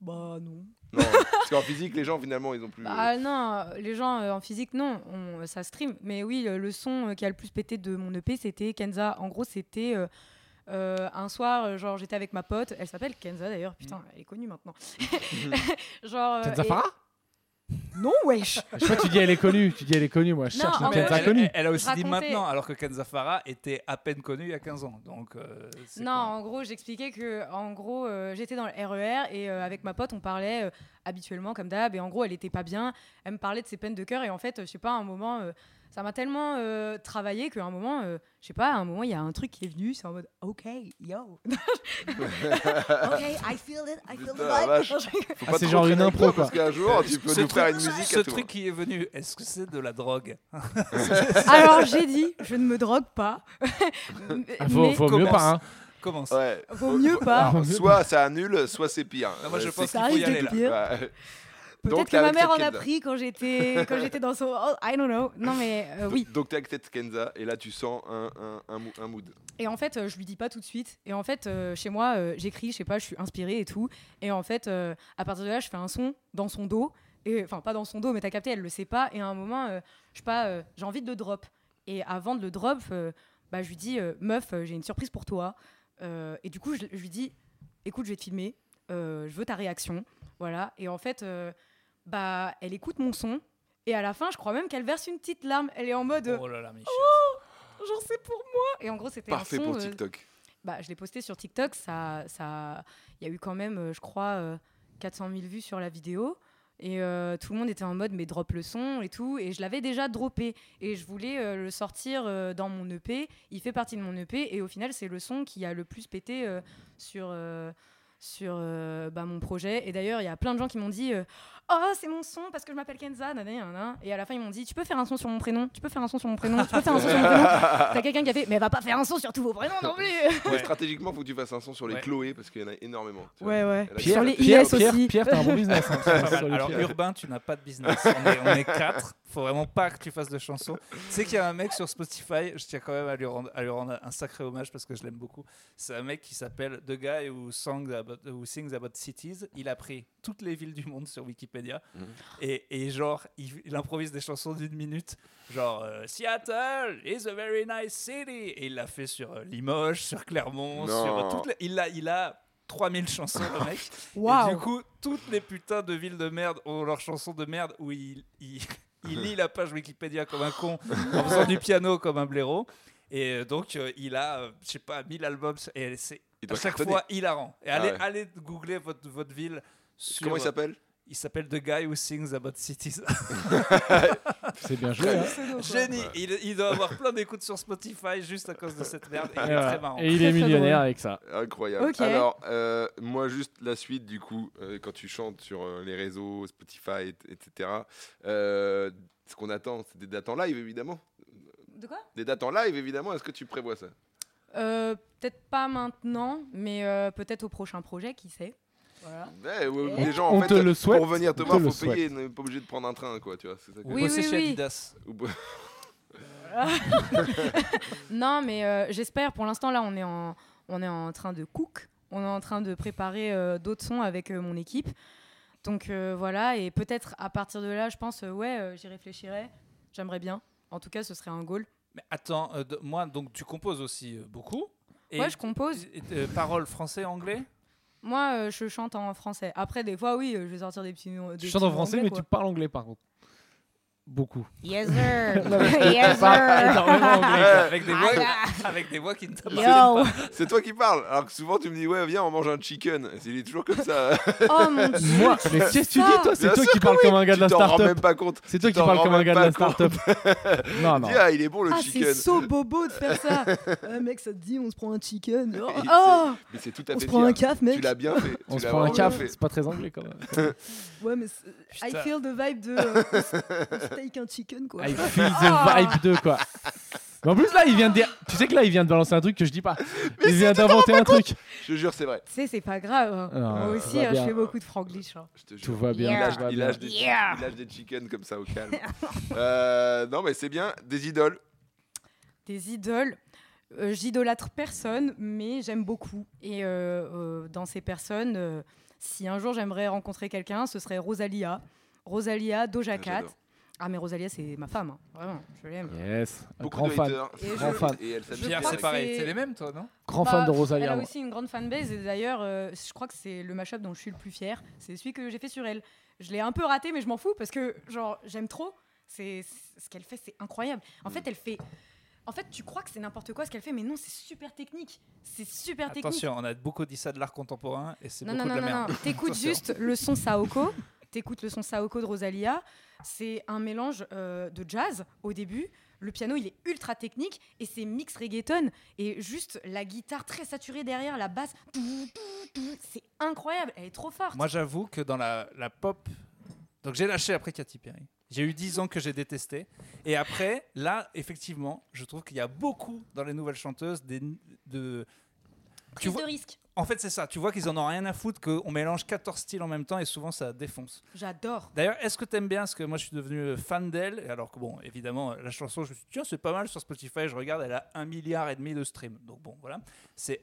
S4: Bah non.
S1: Non,
S4: *laughs*
S1: parce qu'en physique les gens finalement ils ont plus.
S4: Ah non, les gens euh, en physique, non, on- euh, ça stream. Mais oui, euh, le son euh, qui a le plus pété de mon EP, c'était Kenza. En gros, c'était euh, euh, un soir, euh, genre j'étais avec ma pote, elle s'appelle Kenza d'ailleurs, putain, elle est connue maintenant. *laughs* genre. euh,
S2: Kenza
S4: et-
S2: Farah
S4: Non, wesh
S2: Je sais pas tu dis elle est connue, tu dis elle est connue moi je
S4: Non,
S2: cherche une
S4: en
S3: Mais
S4: fait-
S2: Kenza
S3: elle,
S2: connue.
S3: elle- elle a aussi dit
S4: Racontez.
S3: maintenant, alors que Kenza Farah était à peine connue il y a 15 ans. Donc, euh, c'est
S4: Non,
S3: con.
S4: en gros, j'expliquais que en gros, euh, j'étais dans le RER et euh, avec ma pote, on parlait euh, habituellement comme d'hab. Et en gros, elle était pas bien. Elle me parlait de ses peines de cœur. Et en fait, euh, je sais pas, à un moment, euh, ça m'a tellement euh, travaillé qu'à un moment, euh, je sais pas, à un moment, il y a un truc qui est venu. C'est en mode,
S5: *laughs* Ok, yo. ok, I feel it, I feel
S1: Putain,
S5: the
S1: la
S5: vibe. *laughs*
S1: vache. Faut
S2: Ah,
S1: pas
S2: c'est
S1: trop
S2: genre une
S1: traîner avec
S2: impro,
S1: toi,
S2: quoi.
S1: Parce qu'un jour tu peux
S3: ce
S1: nous faire une
S3: truc,
S1: musique.
S3: ce
S1: à tout
S3: truc qui est venu, est-ce que c'est de la drogue
S4: alors j'ai dit, je ne me drogue pas.
S2: Ah, Faut
S4: mais-
S2: faut mieux
S3: commence.
S2: pas hein.
S3: Comment
S1: moment.
S3: ça
S1: Ouais.
S4: Vaut
S1: *laughs*
S4: mieux pas.
S1: Alors, soit ça annule, soit c'est pire.
S3: Non, moi, je
S1: Euh,
S3: pense
S1: c'est-
S4: Ça
S3: qu'il
S4: arrive
S3: faut y aller,
S4: de
S3: là.
S4: pire.
S1: Ouais. Donc,
S4: Peut-être que
S1: t'es
S4: ma
S1: avec
S4: mère en
S1: cette
S4: a
S1: Kenza.
S4: pris quand j'étais quand j'étais dans son. oh, I don't know. Non mais
S3: Ah
S4: euh, oui.
S1: Donc t'es avec cette Kenza et là tu sens un, un, un, mou- un mood.
S4: Et en fait, euh, je lui dis pas tout de suite. Et en fait, euh, chez moi, euh, j'écris, je sais pas, je suis inspirée et tout. Et en fait, euh, à partir de là, je fais un son dans son dos. Et enfin, pas dans son dos, mais t'as capté, elle le sait pas. Et à un moment, euh, je sais pas, euh, j'ai envie de le drop. Et avant de le drop, euh, bah, je lui dis, euh, meuf, euh, j'ai une surprise pour toi. Euh, et du coup, je, je lui dis, écoute, je vais te filmer. Euh, je veux ta réaction. Voilà. Et en fait, euh, bah, elle écoute mon son. Et à la fin, je crois même qu'elle verse une petite larme. Elle est en mode,
S3: Oh là là, Michel.
S4: genre, c'est pour moi. Et en gros, c'était un
S1: Parfait pour
S4: son, euh,
S1: TikTok.
S4: bah, je l'ai posté sur TikTok, ça, ça, il y a eu quand même, euh, je crois, euh, 400 000 vues sur la vidéo. Et euh, tout le monde était en mode, mais drop le son et tout. Et je l'avais déjà droppé. Et je voulais euh, le sortir euh, dans mon EP. Il fait partie de mon EP. Et au final, c'est le son qui a le plus pété euh, sur, euh, sur euh, bah, mon projet. Et d'ailleurs, il y a plein de gens qui m'ont dit euh, Oh, c'est mon son parce que je m'appelle Kenza. nanani, nanana. Et à la fin, ils m'ont dit Tu peux faire un son sur mon prénom Tu peux faire un son sur mon prénom Tu peux faire un son sur mon prénom T'as quelqu'un qui a fait Mais va pas faire un son sur tous vos prénoms non plus
S1: Mais stratégiquement, faut que tu fasses un son sur les
S3: Ouais.
S1: Chloé parce qu'il y en a énormément. tu vois.
S4: Ouais, ouais.
S1: Elle a
S4: sur
S1: Pierre-
S4: les
S2: Pierre,
S4: IS
S2: Pierre,
S4: aussi.
S2: Pierre, t'as un bon business. *laughs* hein,
S3: Pas
S2: sur
S3: mal.
S2: le
S3: Alors,
S2: Pierre.
S3: Urbain, tu n'as pas de business. On est, on est quatre. Faut vraiment pas que tu fasses de chansons. Tu sais qu'il y a un mec sur Spotify, je tiens quand même à lui rendre, à lui rendre un sacré hommage parce que je l'aime beaucoup. C'est un mec qui s'appelle The Guy Who, Songs About- Who Sings About Cities. Il a pris toutes les villes du monde sur Wikipédia
S2: Mm.
S1: Mhm.
S3: et, et genre, il, il improvise des chansons d'une minute. Genre, euh, Seattle is a very nice city. Et il l'a fait sur euh, Limoges, sur Clermont,
S1: Non.
S3: sur euh, toutes les- Il a. Il a 3000 chansons, le mec. Et du
S4: Waouh.
S3: coup, toutes les putains de villes de merde ont leurs chansons de merde
S1: *laughs*
S3: où il, il, il lit la page Wikipédia comme un con en faisant du piano comme un blaireau. Et euh, donc, euh, il a, euh, je sais pas, 1000 albums. Et c'est
S1: Il
S3: à
S1: doit
S3: chaque
S1: cartonner. Ah
S3: fois hilarant. Et allez,
S1: ouais.
S3: allez googler votre, votre ville. Sur,
S1: Comment il s'appelle
S3: Il s'appelle The Guy Who Sings About
S4: *laughs*
S3: Cities.
S2: C'est bien joué. hein.
S4: Pseudo, quoi.
S3: Génie
S1: Ouais.
S3: il, il doit avoir plein d'écoutes sur Spotify juste à cause de cette merde. Et il
S2: Et
S3: est
S2: voilà.
S3: très marrant.
S2: Et il
S4: Très,
S2: est
S4: très
S2: millionnaire
S4: drôle.
S2: avec ça.
S1: Incroyable.
S4: Ok.
S1: Alors, euh, moi, juste la suite, du coup, euh, quand tu chantes sur euh, les réseaux, Spotify, et- etc., euh, ce qu'on attend, c'est des dates en live, évidemment.
S4: De quoi
S1: Des dates en live, évidemment. Est-ce que tu prévois ça
S4: Euh, Peut-être pas maintenant, mais euh, peut-être au prochain projet, qui sait. Voilà.
S1: Ouais, ouais,
S4: Eh
S1: Les gens, en
S2: On
S1: fait,
S2: te le souhaite,
S1: pour venir te
S2: on te
S1: voir,
S2: le
S1: faut
S2: souhaite.
S1: payer. On n'est pas obligé de prendre un train, quoi, tu vois. c'est ça que-
S4: Oui, oui,
S3: Bosser chez
S4: oui.
S3: Adidas.
S1: Ou- bah,
S4: Non, mais euh, j'espère. Pour l'instant, là, on est, en, on est en train de cook. On est en train de préparer euh, d'autres sons avec euh, mon équipe. Donc euh, voilà, et peut-être à partir de là, je pense, euh, ouais, euh, j'y réfléchirai. J'aimerais bien. En tout cas, ce serait un goal.
S3: Mais attends, euh, de- moi, donc tu composes aussi euh, beaucoup. Et
S4: ouais, je compose.
S3: et, euh, paroles français, anglais
S4: Moi, euh, je chante en français. Après, des fois, oui, euh, je vais sortir des petits noms.
S2: Tu chantes en français, mais tu parles anglais par contre. Beaucoup.
S5: Yes,
S4: *laughs*
S5: sir.
S2: Tu
S1: Ah,
S5: yes,
S2: parles
S5: sir.
S2: énormément
S4: Ah,
S2: anglais.
S3: avec, des voix,
S5: Ah,
S3: avec des voix qui ne t'appartiennent
S5: Yo.
S3: pas.
S1: C'est toi qui parles. Alors que souvent, tu me dis, ouais, viens, on mange un chicken. Il est toujours comme
S2: *laughs*
S1: ça.
S4: Oh mon dieu.
S2: Moi, mais qu'est-ce que tu dis toi C'est
S1: ah. Bien
S2: toi
S1: sûr
S2: qui parles comme un gars
S1: tu
S2: de la
S1: t'en rends même
S2: start-up.
S1: pas compte.
S2: C'est toi qui
S1: t'en
S2: parles
S1: rends
S2: comme un
S1: même
S2: gars de la
S1: pas
S2: start-up. Non,
S1: Tu
S2: non.
S1: dis, ah, il est bon le
S4: Ah, c'est
S1: chicken. *laughs*
S4: so bobo de faire ça. Euh, mec, ça te dit, on se prend un chicken. Oh,
S1: Il-
S4: oh,
S1: Mais c'est tout à
S4: on se
S1: fait
S4: prend un
S1: fier.
S4: caf,
S1: Tu
S4: mec.
S1: l'as bien fait.
S2: On
S1: Tu
S2: se
S1: l'as
S2: prend un
S1: vraiment
S2: cap,
S1: bien fait.
S2: c'est pas très anglais quand même.
S5: Ouais, mais c'est- I
S3: Putain.
S5: feel the vibe de euh, on steak and chicken, quoi.
S2: I feel the vibe 2 quoi. Mais en plus là, il vient de dire. Tu sais que là, il vient de balancer un truc que je dis pas. il vient d'inventer un truc.
S1: Je te jure, c'est vrai.
S4: Tu sais, c'est pas grave. hein.
S2: Non,
S1: Ah
S4: Moi
S2: tout
S4: aussi,
S2: Euh, va
S4: hein, je
S2: bien.
S4: fais beaucoup de franglish. hein.
S1: Je te jure.
S2: Tout va bien.
S5: Yeah.
S2: tout va
S1: Il
S2: bien.
S1: lâche, des,
S5: Yeah.
S1: il lâche des chickens comme ça au
S4: *laughs*
S1: calme. Euh, non, mais c'est bien. Des idoles.
S4: Des idoles. Euh, J'idolâtre personne, mais j'aime beaucoup. Et euh, euh, dans ces personnes, euh, si un jour j'aimerais rencontrer quelqu'un, ce serait Rosalia. Rosalia, Doja
S1: Ah,
S4: Cat.
S1: j'adore.
S4: Ah, mais Rosalia, c'est ma femme. hein. Vraiment, je l'aime.
S2: Yes. Un
S1: Beaucoup
S2: grand
S1: de
S2: fan.
S1: haters.
S4: Et
S1: Et
S4: je-
S1: grand fan. Et elle
S4: Je
S1: s'amuse
S3: Pierre,
S4: crois
S3: c'est
S4: que
S3: pareil.
S4: c'est-
S3: C'est les mêmes, toi, non
S2: Grand
S4: Bah,
S2: fan de
S4: Elle
S2: Rosalia. hein.
S4: a
S2: moi.
S4: aussi une grande fanbase et d'ailleurs, euh, je crois que c'est le mashup dont je suis le plus fière. C'est celui que j'ai fait sur elle. Je l'ai un peu raté, mais je m'en fous parce que genre j'aime trop. C'est c'est- ce qu'elle fait, c'est incroyable. En fait, elle fait. En fait, tu crois que c'est n'importe quoi ce qu'elle fait, mais non, c'est super technique. C'est super technique.
S3: Attention, on a beaucoup dit ça de l'art contemporain et c'est
S4: Non,
S3: beaucoup
S4: non,
S3: de
S4: non,
S3: la
S4: non,
S3: merde.
S4: non. T'écoutes
S3: Attention.
S4: juste le son Saoko. T'écoutes le son Saoko de Rosalia. C'est un mélange euh, de jazz au début. Le piano, il est ultra technique et c'est mix reggaeton. Et juste la guitare très saturée derrière, la basse. tout, tout, tout. C'est incroyable. Elle est trop forte.
S3: Moi, j'avoue que dans la, la pop. Donc, j'ai lâché après Katy Perry. J'ai eu 10 ans que j'ai détesté. Et après, là, effectivement, je trouve qu'il y a beaucoup dans les nouvelles chanteuses des, de. Tu
S4: Prise
S3: vois,
S4: de risque.
S3: en fait, c'est ça. Tu vois qu'ils en ont rien à foutre, qu'on mélange 14 styles en même temps et souvent ça défonce.
S4: J'adore.
S3: D'ailleurs, est-ce que t'aimes bien Parce que moi, je suis devenu euh, fan d'elle. et Alors que, bon, évidemment, euh, la chanson, je me suis dit, tiens, c'est pas mal sur Spotify. Je regarde, elle a un milliard et demi de streams. Donc, bon, voilà. C'est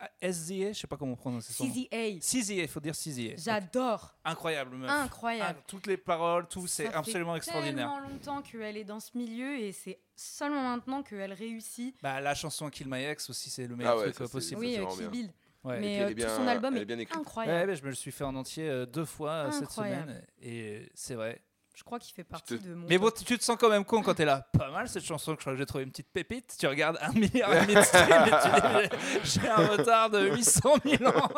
S3: ah, SZA, je sais pas comment on prononce son nom.
S4: CZA.
S3: CZA, il faut dire CZA.
S4: J'adore.
S3: Incroyable, meuf.
S4: Incroyable.
S3: Ah, toutes les paroles, tout, c'est
S4: Ça fait
S3: absolument extraordinaire.
S4: tellement longtemps qu'elle est dans ce milieu et c'est seulement maintenant qu'elle réussit.
S3: Bah, la chanson Kill My Ex aussi, c'est le meilleur
S1: Ah ouais,
S3: truc
S1: ça,
S3: euh,
S1: c'est-
S3: possible.
S4: Oui,
S1: c'est
S4: euh,
S1: vraiment
S4: Kill
S1: bien.
S4: Bill.
S3: Ouais.
S1: puis,
S4: Mais
S1: elle
S4: euh,
S1: est
S4: tout
S1: bien-
S4: son album
S1: elle
S4: est,
S1: est bien écrite.
S4: incroyable.
S3: Ouais, ouais, je me le suis fait en entier euh, deux fois euh, cette
S4: Incroyable.
S3: semaine. Et euh, c'est vrai.
S4: Je crois qu'il fait partie
S1: te-
S4: de mon.
S3: Mais bon,
S4: top.
S3: tu tu te sens quand même con quand t'es là. Pas mal cette chanson, que je crois que j'ai trouvé une petite pépite. Tu regardes un milliard et demi de streams et tu dis, j'ai j'ai un retard de 800 000 ans.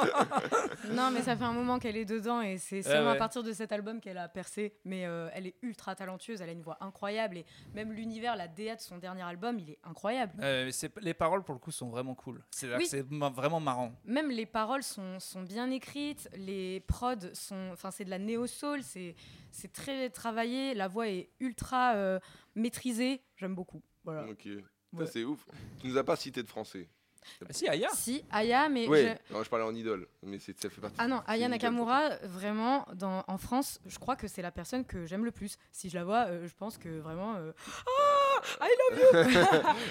S4: Non, mais ça fait un moment qu'elle est dedans et c'est seulement
S3: ouais.
S4: à partir de cet album qu'elle a percé. Mais euh, elle est ultra talentueuse, elle a une voix incroyable et même l'univers, la DA de son dernier album, il est incroyable.
S3: Euh, c'est- les paroles pour le coup sont vraiment cool. C'est
S4: Oui.
S3: c'est ma- vraiment marrant.
S4: Même les paroles sont, sont bien écrites, les prods sont. Enfin, c'est de la néo-soul, c'est c'est très travaillé, la voix est ultra euh, maîtrisée. J'aime beaucoup. Voilà.
S1: Ok. Putain, C'est ouf. Tu nous as pas cité de français.
S3: Ah, si, Aya.
S4: Si, Aya, mais.
S1: Oui.
S4: je-
S1: Non, je parlais en idole. Mais c'est- ça fait partie.
S4: Ah non,
S1: c'est
S4: Aya
S1: une idole pour toi.
S4: Nakamura, vraiment, dans, en France, je crois que c'est la personne que j'aime le plus. Si je la vois, euh, je pense que vraiment. euh,
S1: Là,
S3: Alors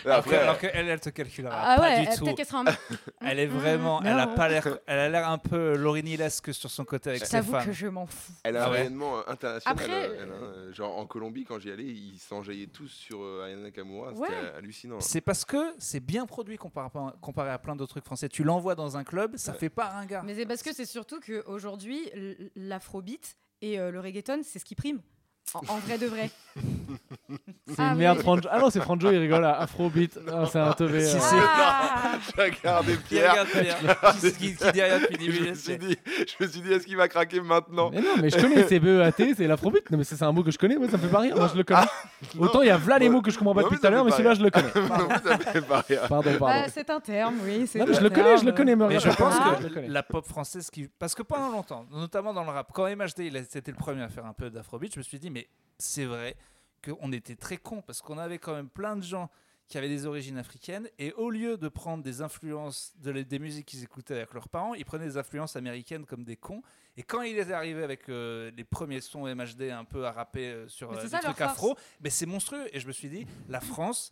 S3: que-
S1: Après, euh,
S3: alors qu'elle, elle te calculera
S4: Ah,
S3: pas
S4: ouais,
S3: du
S4: elle-
S3: tout.
S4: peut-être qu'elle
S3: *laughs*
S4: sera en mode,
S3: Elle est vraiment,
S4: Mm,
S3: elle a
S4: non.
S3: pas l'air, elle a l'air un peu Laurie Nilesque sur son côté avec
S4: Je
S3: ses
S4: t'avoue
S3: fans.
S4: que je m'en fous.
S1: elle a
S3: Ah
S1: un
S3: ouais.
S1: rayonnement euh, international.
S4: Après,
S1: euh, elle, hein. Euh, Genre en Colombie, quand j'y allais, ils s'enjaillaient tous sur euh, Aya Nakamura. C'était
S4: Ouais.
S1: euh, hallucinant. *laughs*
S3: C'est parce que c'est bien produit comparé à, comparé à plein d'autres trucs français. Tu l'envoies dans un club, ça fait pas un
S1: Ah.
S3: gars.
S4: Mais c'est parce que c'est surtout qu'aujourd'hui, l'afrobeat et euh, le reggaeton, c'est ce qui prime. En, en vrai
S3: *laughs*
S4: de vrai. *laughs*
S2: C'est une merde, Franjo. Ah non, c'est Franjo, il rigole à Afrobeat. Ah, c'est un teubé.
S3: Si,
S2: euh.
S3: si.
S4: Ah
S1: J'ai
S3: *laughs*
S1: regardé
S3: Qui
S1: Pierre.
S3: regarde Pierre Qui, qui, qui derrière depuis 10
S1: Je me
S3: minutes
S1: suis dit, je me suis dit, est-ce qu'il va craquer maintenant
S2: Mais non, mais je connais CBEAT, c'est l'afrobeat. Non, mais ça, c'est un mot que je connais, moi ça me fait pas rire, moi je le connais. Autant il y a v'là les mots que je comprends pas
S1: Ah. Non,
S2: depuis
S1: mais
S2: tout à
S1: ça
S2: l'heure,
S1: fait
S2: mais
S1: pas
S2: celui-là je le connais.
S1: Non,
S4: *laughs*
S1: ça me fait pas rire.
S2: Pardon, pardon.
S4: Bah, c'est un terme, oui. c'est
S2: Non,
S4: un
S2: mais je le connais, je le
S4: terme.
S2: connais, Maurice.
S3: Mais je pense
S2: Ah,
S3: que
S2: je le connais.
S3: la pop française, qui... parce que pendant longtemps, notamment dans le rap, quand MHD il a- c'était le premier à faire un peu d'afrobeat, je me suis dit, mais c'est vrai qu'on était très cons, parce qu'on avait quand même plein de gens qui avaient des origines africaines, et au lieu de prendre des influences de les- des musiques qu'ils écoutaient avec leurs parents, ils prenaient des influences américaines comme des cons. Et quand il est arrivé avec euh, les premiers sons MHD un peu à rapper euh, sur
S4: Mais
S3: euh,
S4: c'est
S3: des
S4: ça, leur
S3: trucs
S4: force.
S3: afro, mais c'est monstrueux. Et je me suis dit, la France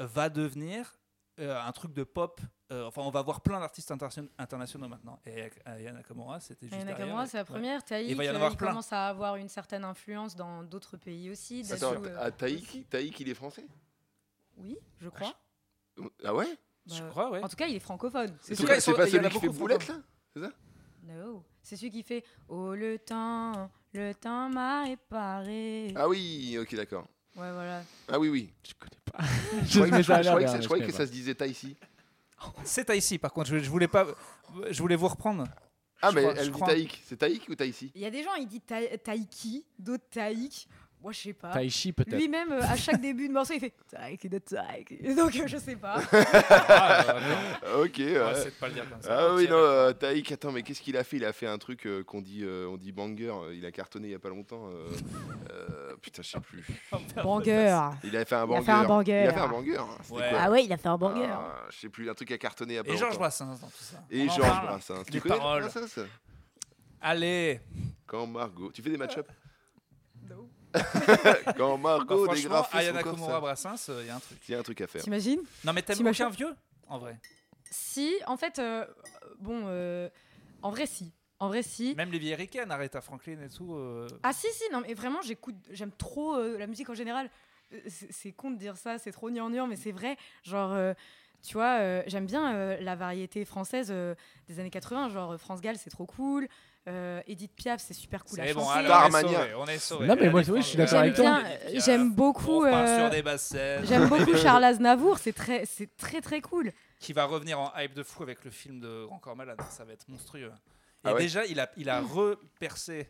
S3: euh, va devenir euh, un truc de pop. euh, enfin, on va voir plein d'artistes interna- internationaux maintenant. Et euh, Aya Nakamura, c'était juste
S4: Aya
S3: derrière.
S4: Nakamura, c'est la
S3: Ouais.
S4: première. Taïk,
S3: Il va y en
S4: euh,
S3: avoir
S4: il
S3: plein.
S4: commence à avoir une certaine influence dans d'autres pays aussi. Dadju,
S1: Attends,
S4: euh,
S1: à Taïk, Taïk, il est français
S4: Oui, je crois.
S1: Ah ouais
S3: Je
S4: Bah,
S3: crois, ouais.
S4: En tout cas, il est francophone.
S1: C'est
S4: C'est
S3: tout
S4: sûr.
S3: cas, ils sont-
S1: pas
S3: il y en a
S1: celui qui fait
S3: beaucoup
S1: boulette là
S4: No. C'est celui qui fait Oh le temps, le temps m'a réparé.
S1: Ah oui, ok, d'accord.
S4: Ouais, voilà.
S1: Ah oui, oui.
S2: Je connais pas.
S1: Je croyais que-
S2: mais
S1: je
S2: ça a
S1: croyais
S2: l'air
S1: que
S2: bien,
S1: ça- je croyais
S2: connais
S1: que ça se disait Taïsi.
S3: C'est Taïsi, par contre. Je, je voulais pas. Je voulais vous reprendre.
S1: Ah,
S3: Je
S1: mais
S3: crois- je
S1: elle dit
S3: crois.
S1: Taïk. C'est Taïk ou Taïsi
S4: Il y a des gens, ils disent Ta- Taïki, d'autres Taïk. Moi, je sais
S2: pas.
S4: pas.
S2: Taichi peut-être.
S4: Lui-même, euh, à chaque début de morceau, il fait Taïk de Taïk. *laughs* Donc, euh, je sais pas.
S3: Ah,
S1: *laughs*
S3: euh, non.
S1: Ok,
S3: Ah,
S1: ouais.
S3: c'est de pas le dire comme ça.
S1: Ah oui,
S3: C'est-
S1: non, euh, Taïk, attends, mais qu'est-ce qu'il a fait Il a fait un truc euh, qu'on dit, euh, on dit banger, euh, il a cartonné il y a pas longtemps. euh, euh, putain, je sais plus.
S4: Banger.
S1: Il a fait un
S4: Il
S1: banger.
S4: a fait un banger.
S1: Il a fait un banger. hein, c'était
S3: Ouais.
S1: quoi
S5: Ah ouais, il a fait un banger.
S1: Ah, Je sais plus, un truc qui a cartonné il y a pas
S3: Et Georges
S1: longtemps.
S3: Brassens dans tout ça.
S1: Et
S3: On en
S1: Georges
S3: parle.
S1: Brassens.
S3: Des
S1: Tu connais
S3: paroles.
S1: Brassens
S3: Allez,
S1: Quand Margot. Tu fais des *laughs* match-up
S4: No.
S1: *laughs* Quand
S3: bah,
S1: Margot Oh, des
S3: franchement, Aya
S1: graphismes.
S3: Nakamura Brassens, il y a un truc.
S1: Il y a un truc à faire.
S4: T'imagines
S3: Non, mais t'aimes
S4: T'imagines-
S3: aucun vieux En vrai.
S4: Si, en fait, euh, bon, euh, en vrai, si. En vrai, si.
S3: Même les vieilles ricaines, Aretha Franklin et tout. euh,
S4: Ah si, si, non, mais vraiment, j'écoute, j'aime trop euh, la musique en général. Euh, C'est c'est con de dire ça, c'est trop gnangnan, mais c'est vrai. Genre, euh, tu vois, euh, j'aime bien euh, la variété française euh, des années 80. Genre, euh, France Gall, c'est trop cool. Euh, Edith Piaf, c'est super cool à
S3: C'est bon,
S4: chanter.
S3: alors, on est
S1: Starmania.
S3: sauvés, on est sauvés.
S2: Non, mais moi,
S3: Allez,
S2: oui, je suis
S3: Franck,
S2: d'accord
S4: J'aime
S2: avec toi.
S4: bien,
S3: Edith
S4: euh,
S3: Piaf.
S4: j'ames
S3: On
S4: beaucoup,
S3: repart sur
S4: euh,
S3: des basses scènes. *laughs*
S4: j'aime beaucoup Charles Aznavour, c'est très, c'est très très cool.
S3: qui va revenir en hype de fou avec le film de Grand Corps Malade. Ça va être monstrueux. Et
S1: Ah ouais
S3: déjà, il a, il a repercé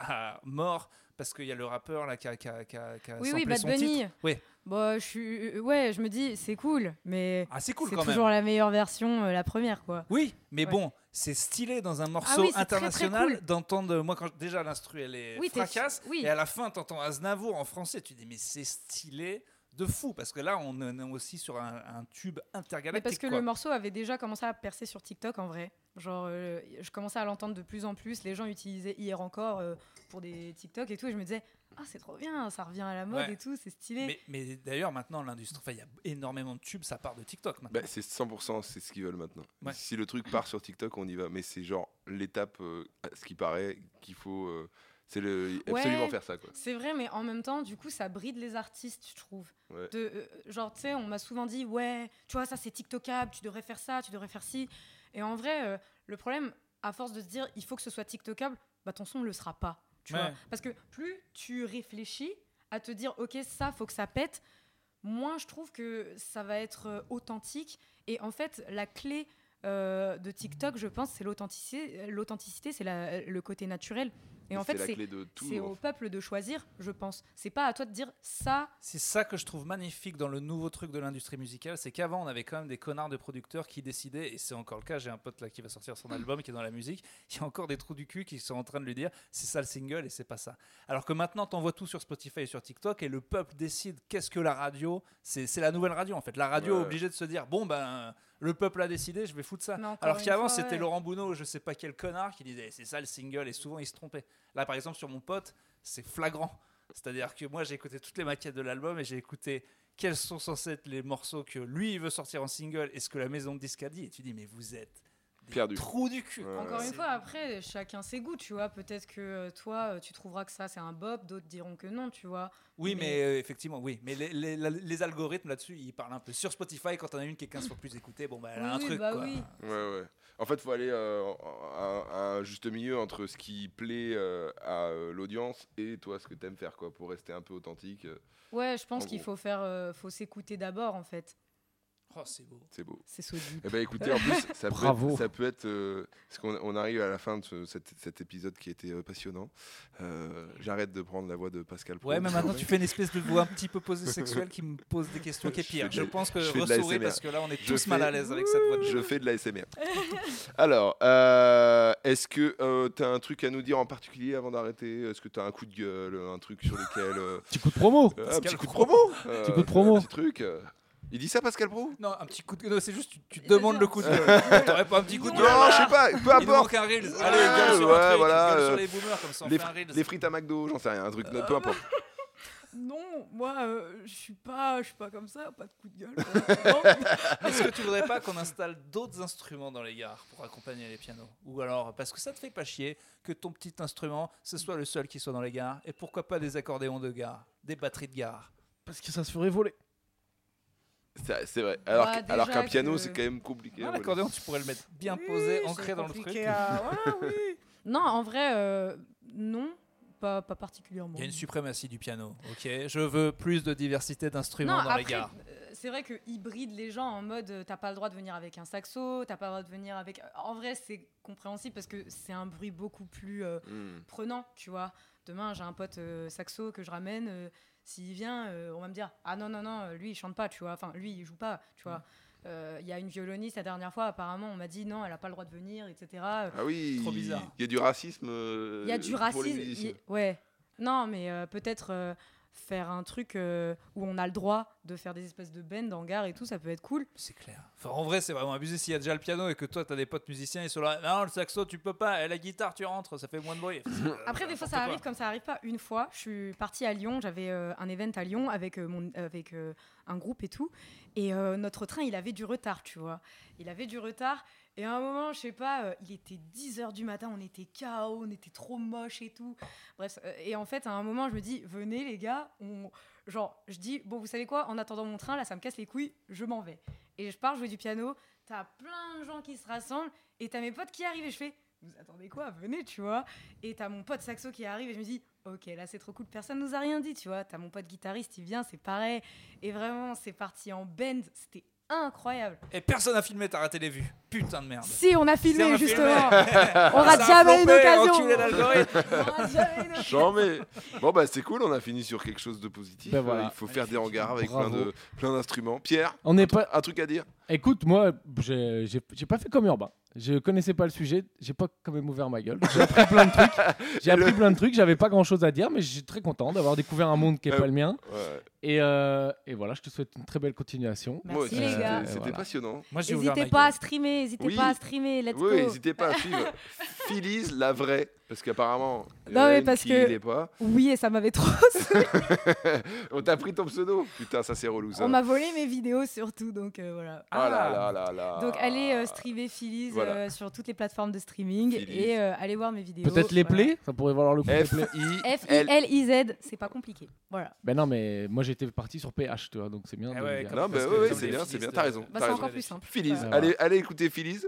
S3: à mort parce qu'il y a le rappeur là qui a, qui a- qui a- qui a
S4: Oui,
S3: samplé
S4: oui, Bad
S3: son
S4: Bunny.
S3: titre. Oui.
S4: Bah, je suis, euh, ouais, je me dis, c'est cool, mais
S3: Ah, c'est cool
S4: c'est
S3: quand même.
S4: toujours la meilleure version, euh, la première, quoi.
S3: Oui, mais
S4: Ouais. Ah
S3: bon, c'est stylé dans un morceau
S4: oui, c'est très, très
S3: international
S4: cool.
S3: d'entendre. Moi, quand déjà l'instru, elle est
S4: Oui, t'es-
S3: fracasse,
S4: oui.
S3: et à la fin, t'entends Aznavour en français. Tu dis, mais c'est stylé de fou parce que là, on est aussi sur un, un tube
S4: Mais
S3: intergalactique.
S4: parce que
S3: quoi.
S4: le morceau avait déjà commencé à percer sur TikTok en vrai. Genre, euh, je commençais à l'entendre de plus en plus. Les gens utilisaient hier encore euh, pour des TikTok et tout. Et je me disais, ah, c'est trop bien, ça revient à la mode
S3: Ouais.
S4: et tout, c'est stylé.
S3: Mais, mais d'ailleurs, maintenant, l'industrie, enfin, il y a énormément de tubes, ça part de TikTok maintenant.
S1: Bah, c'est 100%, c'est ce qu'ils veulent maintenant.
S3: Ouais.
S1: Si le truc part sur TikTok, on y va. Mais c'est genre l'étape, euh, à ce qui paraît, qu'il faut. euh, c'est le,
S4: Ouais.
S1: absolument faire ça. Quoi.
S4: C'est vrai, mais en même temps, du coup, ça bride les artistes, je trouve.
S1: Ouais.
S4: De, euh, genre, tu sais, on m'a souvent dit, ouais, tu vois, ça c'est TikTokable, tu devrais faire ça, tu devrais faire ci. Et en vrai, euh, le problème, à force de se dire, il faut que ce soit TikTokable, bah ton son ne le sera pas. Tu
S3: Ouais.
S4: vois Parce que plus tu réfléchis à te dire, ok, ça, faut que ça pète, moins je trouve que ça va être euh, authentique. Et en fait, la clé euh, de TikTok, je pense, c'est l'authenticité. L'authenticité, c'est la- le côté naturel. Et en fait,
S1: la
S4: c'est
S1: clé de tout.
S4: c'est
S1: en
S4: au peuple de choisir, je pense. C'est pas à toi de dire ça.
S3: C'est ça que je trouve magnifique dans le nouveau truc de l'industrie musicale, c'est qu'avant on avait quand même des connards de producteurs qui décidaient, et c'est encore le cas, j'ai un pote là qui va sortir son album, qui est dans la musique, il y a encore des trous du cul qui sont en train de lui dire c'est ça le single et c'est pas ça. Alors que maintenant t'envoies tout sur Spotify et sur TikTok et le peuple décide qu'est-ce que la radio, c'est c'est la nouvelle radio en fait. La radio
S1: Ouais.
S3: est obligée de se dire bon ben le peuple a décidé, je vais foutre ça.
S4: Mais encore
S3: Ah, Alors
S4: une
S3: qu'avant
S4: fois,
S3: c'était
S4: ouais.
S3: Laurent Bounot ou je sais pas quel connard qui disait c'est ça le single et souvent il se trompait. Là par exemple sur mon pote, c'est flagrant. C'est-à-dire que moi, j'ai écouté toutes les maquettes de l'album et j'ai écouté quels sont censés être les morceaux que lui il veut sortir en single et ce que la maison de disque a dit. Et tu dis, mais vous êtes des
S1: Perdus.
S3: trous du cul.
S1: Ouais.
S4: Encore
S3: euh, C'est-
S4: une fois, après, chacun ses goûts, tu vois. Peut-être que euh, toi, euh, tu trouveras que ça, c'est un bop, d'autres diront que non, tu vois.
S3: Oui, mais euh, effectivement, oui. Mais les, les- la- les algorithmes là-dessus, ils parlent un peu. Sur Spotify, quand on a une qui est 15 fois plus écoutée, bon, bah, elle a
S4: Oui,
S3: un
S4: oui,
S3: truc.
S4: bah
S3: quoi.
S4: oui.
S1: Ouais, ouais. En fait, il faut aller euh, à, à un juste milieu entre ce qui plaît euh, à euh, l'audience et toi, ce que t'aimes faire, quoi, pour rester un peu authentique. euh,
S4: Ouais, je pense
S1: En
S4: qu'il
S1: gros.
S4: faut faire, euh, faut s'écouter d'abord en fait.
S3: Oh, c'est beau.
S1: C'est beau.
S4: C'est solide. *laughs*
S1: Eh ben écoutez, en plus, ça peut
S2: Bravo.
S1: être, ça peut être euh, parce qu'on on arrive à la fin de ce- cet, cet épisode qui était euh, passionnant. Euh, J'arrête de prendre la voix de Pascal. Pro,
S3: Ouais, mais maintenant
S1: désormais.
S3: tu fais une espèce de voix un petit
S1: *laughs*
S3: peu posée sexuelle qui me pose des questions qui est
S1: Je
S3: pire.
S1: fais
S3: Je
S1: de-
S3: pense que
S1: je fais de la
S3: ressourez
S1: ASMR.
S3: parce que là on est
S1: Je
S3: tous mal
S1: fais-
S3: à l'aise avec cette voix
S1: *laughs*
S3: de
S1: Je fais de la SMR. Alors, euh, est-ce que euh, t'as un truc à nous dire en particulier avant d'arrêter Est-ce que t'as un coup de gueule, un truc sur lequel
S3: *laughs*
S1: euh,
S2: Petit coup de promo.
S1: euh, un
S3: Pascal
S1: petit coup de
S3: Pro.
S1: promo euh,
S2: Petit coup de promo.
S1: Un petit truc. euh. Il dit ça, Pascal Pro
S3: Non, un petit coup de gueule. Non, C'est juste tu, tu
S4: Et
S3: demandes
S4: c'est
S3: le coup
S1: *laughs*
S3: de gueule. T'aurais pas un petit coup de
S1: Non,
S3: gueule là
S1: je sais pas. Peu
S3: Il nous
S1: importe.
S3: manque un reels.
S1: Ouais,
S3: Allez, gueule sur un
S1: ouais,
S3: truc,
S1: voilà,
S3: gueule sur
S1: euh,
S3: les boomers comme ça on
S1: les,
S3: fait un Euh.
S1: fri-
S3: reels.
S1: les frites à McDo, j'en sais rien, un truc, peu importe.
S5: Non, moi, euh, je suis pas, je suis pas comme ça, pas de coup de
S3: *laughs*
S5: gueule. Non.
S3: Est-ce que tu voudrais pas qu'on installe d'autres instruments dans les gares pour accompagner les pianos Ou alors, parce que ça te fait pas chier que ton petit instrument, ce soit le seul qui soit dans les gares, et pourquoi pas des accordéons de gare, des batteries de gare
S2: Parce que ça se ferait voler.
S1: Ça, C'est vrai. Alors,
S4: Bah,
S1: qu-
S4: déjà
S1: alors qu'un
S4: que-
S1: piano, c'est quand même compliqué.
S3: Ah,
S1: voilà.
S3: L'accordéon, tu pourrais le mettre bien posé,
S5: Oui,
S3: ancré
S5: c'est
S3: dans le truc.
S5: compliqué à- voilà, oui.
S4: Non, en vrai, euh, non, pas, pas particulièrement.
S3: Il y a une suprématie du piano, ok Je veux plus de diversité
S4: non,
S3: d'instruments dans les
S4: après,
S3: gares.
S4: euh, c'est vrai que hybride les gens en mode euh, t'as pas le droit de venir avec un saxo, t'as pas le droit de venir avec. euh, En vrai, c'est compréhensible parce que c'est un bruit beaucoup plus euh,
S1: Hmm.
S4: prenant, tu vois. Demain, j'ai un pote euh, saxo que je ramène. euh, S'il vient, euh, on va me dire Ah non, non, non, euh, lui, il chante pas, tu vois. Enfin, lui, il joue pas, tu vois. Euh, Il y a une violoniste la dernière fois, apparemment, on m'a dit Non, elle a pas le droit de venir, etc.
S1: Ah oui,
S3: Trop bizarre.
S1: Il y a du racisme. euh,
S4: Il y a du
S1: Pour les
S4: racisme. *laughs*
S1: musiciens.
S4: il- Ouais. Non, mais euh, peut-être euh, faire un truc euh, où on a le droit de faire des espèces de bends en gare et tout, ça peut être cool.
S3: C'est clair. Enfin, en vrai, c'est vraiment abusé s'il y a déjà le piano et que toi, t'as des potes musiciens, ils sont là. Non, le saxo, tu peux pas. Et la guitare, tu rentres, ça fait moins de bruit.
S4: Après, des fois, ça arrive comme ça arrive pas. Une fois, je suis partie à Lyon, j'avais euh, un event à Lyon avec, euh, mon, avec euh, un groupe et tout. Et euh, notre train, il avait du retard, tu vois. Il avait du retard. Et à un moment, je sais pas, euh, il était 10h du matin, on était KO, on était trop moche et tout. Bref, euh, et en fait, à un moment, je me dis, venez les gars, on... genre, je dis, bon, vous savez quoi, en attendant mon train, là, ça me casse les couilles, je m'en vais. Et je pars jouer du piano, t'as plein de gens qui se rassemblent, et t'as mes potes qui arrivent, et je fais, vous attendez quoi, venez, tu vois. Et t'as mon pote saxo qui arrive et je me dis, ok, là c'est trop cool, personne nous a rien dit, tu vois. T'as mon pote guitariste, il vient, c'est pareil. Et vraiment, c'est parti en bend, c'était incroyable.
S2: Ah
S3: Et personne n'a filmé, t'as raté les vues. Putain de
S2: bah.
S3: merde.
S4: Si, on a filmé
S3: Si, on a
S4: justement.
S3: filmé. *laughs*
S4: On rate
S3: Ça a
S4: jamais une
S3: flopé,
S4: occasion.
S3: enculé l'algorithme.
S4: On aura jamais
S1: *laughs*
S4: une autre.
S1: J'en mets. Bon bah c'est cool, on a fini sur quelque chose de positif.
S2: Ben voilà.
S1: Euh, Il faut faire des hangars avec plein
S2: Bravo.
S1: de plein d'instruments. Pierre,
S2: On n'est pas.
S1: un truc à dire
S2: Écoute, moi, j'ai j'ai- j'ai pas fait comme Urbain. Je connaissais pas le sujet. J'ai pas quand même ouvert ma gueule. J'ai appris plein
S1: *laughs*
S2: de trucs. J'ai
S1: Et le-
S2: appris plein de trucs. J'avais pas grand chose à dire, mais je suis très content d'avoir découvert un monde qui est
S1: Euh,
S2: pas le mien.
S1: Ouais.
S2: Et, euh, et voilà, je te souhaite une très belle continuation.
S1: Moi
S4: Merci
S1: aussi,
S4: les
S1: c'était-
S4: gars.
S2: Euh,
S1: C'était
S2: voilà.
S1: passionnant.
S3: *laughs* Moi, j'ai ouvert ma
S4: N'hésitez pas à
S3: gueule.
S4: streamer, n'hésitez
S1: Oui.
S4: pas à streamer, let's
S1: oui,
S4: go.
S1: n'hésitez
S4: *laughs*
S1: pas à suivre. Philise la vraie, parce qu'apparemment. il y en
S4: Non,
S1: a
S4: mais
S1: une
S4: parce
S1: qui
S4: que-
S1: l'est pas.
S4: Oui, et ça m'avait trop.
S1: On t'a pris ton pseudo. Putain, ça c'est relou ça.
S4: *laughs* On m'a volé mes vidéos surtout, donc euh, voilà.
S1: Ah là là là là.
S4: Donc allez euh, streamer Phillies
S1: Voilà.
S4: euh, sur toutes les plateformes de streaming
S1: Phillies.
S4: et euh, allez voir mes vidéos.
S2: Peut-être les
S4: voilà.
S2: plaies. Ça pourrait valoir le coup. des
S1: F
S2: plaies.
S1: I L.
S4: F-I-L-I-Z, c'est pas compliqué. Voilà.
S2: Ben non, mais moi j'étais parti sur PH, tu vois, donc c'est bien.
S3: Ah
S2: de
S3: ouais,
S2: le dire.
S3: comme-
S1: Non, mais
S3: parce
S1: Eh
S3: que
S1: ouais, ouais,
S3: comme
S1: c'est
S3: les
S1: bien,
S3: Phillies
S1: c'est bien,
S3: de-
S1: t'as raison,
S4: Bah,
S1: t'as
S4: c'est
S1: raison.
S4: encore
S1: *laughs*
S4: plus simple.
S1: Phillies,
S4: Voilà.
S2: Ouais.
S1: allez, allez écouter Phillies.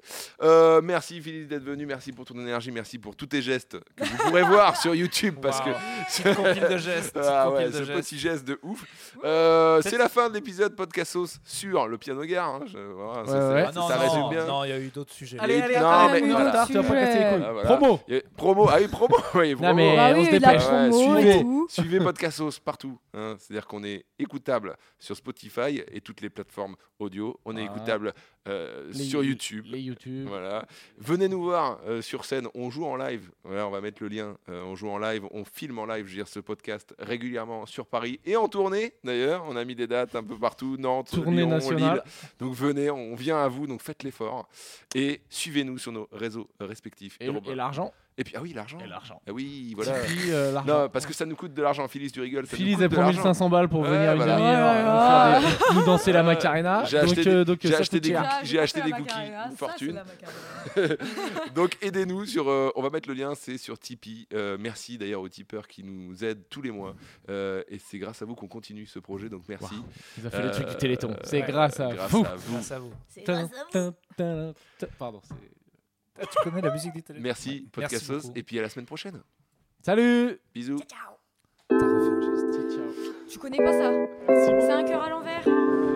S1: Euh, merci Phillies d'être venu, merci pour ton énergie, merci pour tous tes gestes que vous
S3: *laughs*
S1: pourrez voir sur YouTube parce que
S3: Waouh. Petite compile
S1: *laughs*
S3: de gestes. petite
S1: Ah
S3: compile
S1: ouais,
S3: de
S1: ce
S3: gestes.
S1: petit geste de ouf. Euh, c'est
S3: Peut-être-
S1: la fin de l'épisode Podcastos sur le piano gare. hein. Je- voilà, ça,
S2: Ouais,
S1: c'est-
S2: ouais.
S1: ça-
S3: Ah non,
S1: ça résume
S3: non,
S1: bien.
S3: non, il y a eu d'autres sujets.
S1: Allez, allez,
S3: Non,
S4: Ah,
S1: attends,
S3: mais-
S1: on y
S2: Voilà.
S1: va.
S2: Tard, tu vas pas casser les couilles.
S1: Ah, voilà.
S2: Promo
S1: Et- promo, ah oui, promo. *laughs* oui,
S2: Non,
S1: promo.
S2: mais
S4: Bah
S2: Eh, on
S4: oui,
S2: se
S4: il y a de la
S2: dépêche.
S1: Ouais,
S4: promo et
S1: suivez.
S4: tout.
S3: *laughs*
S1: Suivez Podcastos partout. hein. C'est-à-dire qu'on est écoutable sur Spotify et toutes les plateformes audio. On est
S2: Voilà.
S1: écoutable euh,
S2: Les-
S1: sur YouTube.
S2: Les YouTube.
S1: Voilà. Venez nous voir euh, sur scène. On joue en live. Voilà, on va mettre le lien. Euh, on joue en live. On filme en live. Je veux dire, ce podcast régulièrement sur Paris et en tournée. D'ailleurs, on a mis des dates un peu partout. Nantes,
S2: Tournée
S1: Lyon,
S2: nationale.
S1: Lille. Donc venez, on vient à vous. Donc faites l'effort et suivez-nous sur nos réseaux euh, respectifs.
S2: Et,
S1: Et, Robin.
S2: et l'argent.
S1: Et puis ah oui, l'argent.
S2: l'argent.
S1: Ah oui, voilà.
S2: Voilà. *laughs* l'argent.
S1: Non, parce que ça nous coûte de l'argent, Phyllis, tu rigoles. ça nous
S2: Phyllis
S1: coûte
S2: a
S1: de
S2: promis
S1: l'argent.
S2: 500 balles pour
S1: Ouais,
S2: venir une
S1: voilà.
S2: demi-heure,
S4: Oh là
S2: euh, faire des- nous danser la Macarena.
S1: J'ai
S2: donc,
S1: acheté
S2: euh, donc,
S1: j'ai
S2: ça
S1: acheté
S2: coûte
S1: des
S2: cher.
S1: cookies. J'ai acheté des cookies,
S4: Macarena,
S1: une
S4: ça,
S1: fortune.
S4: c'est la Macarena.
S1: Donc aidez-nous sur, euh, on va mettre le lien, c'est sur Tipeee. Euh, merci d'ailleurs aux tipeurs qui nous aident tous les mois. Euh, et c'est grâce à vous qu'on continue ce projet, donc merci.
S2: Waouh, Ils ont fait le truc du
S1: Euh,
S2: Téléthon. C'est
S3: ouais,
S2: grâce
S1: Euh,
S2: à vous.
S4: Ah.
S1: vous.
S3: Grâce à vous.
S5: C'est
S2: Tin,
S5: grâce à vous.
S2: tin, tin, tin. Pardon, c'est.
S6: Ah, tu connais la musique des téléphones.
S1: Merci, podcastos.
S6: beaucoup.
S1: Et puis à la semaine prochaine.
S2: Salut
S1: Bisous.
S4: Ciao, ciao.
S6: T'as refait un geste.
S4: Tu connais pas ça C'est un cœur à l'envers.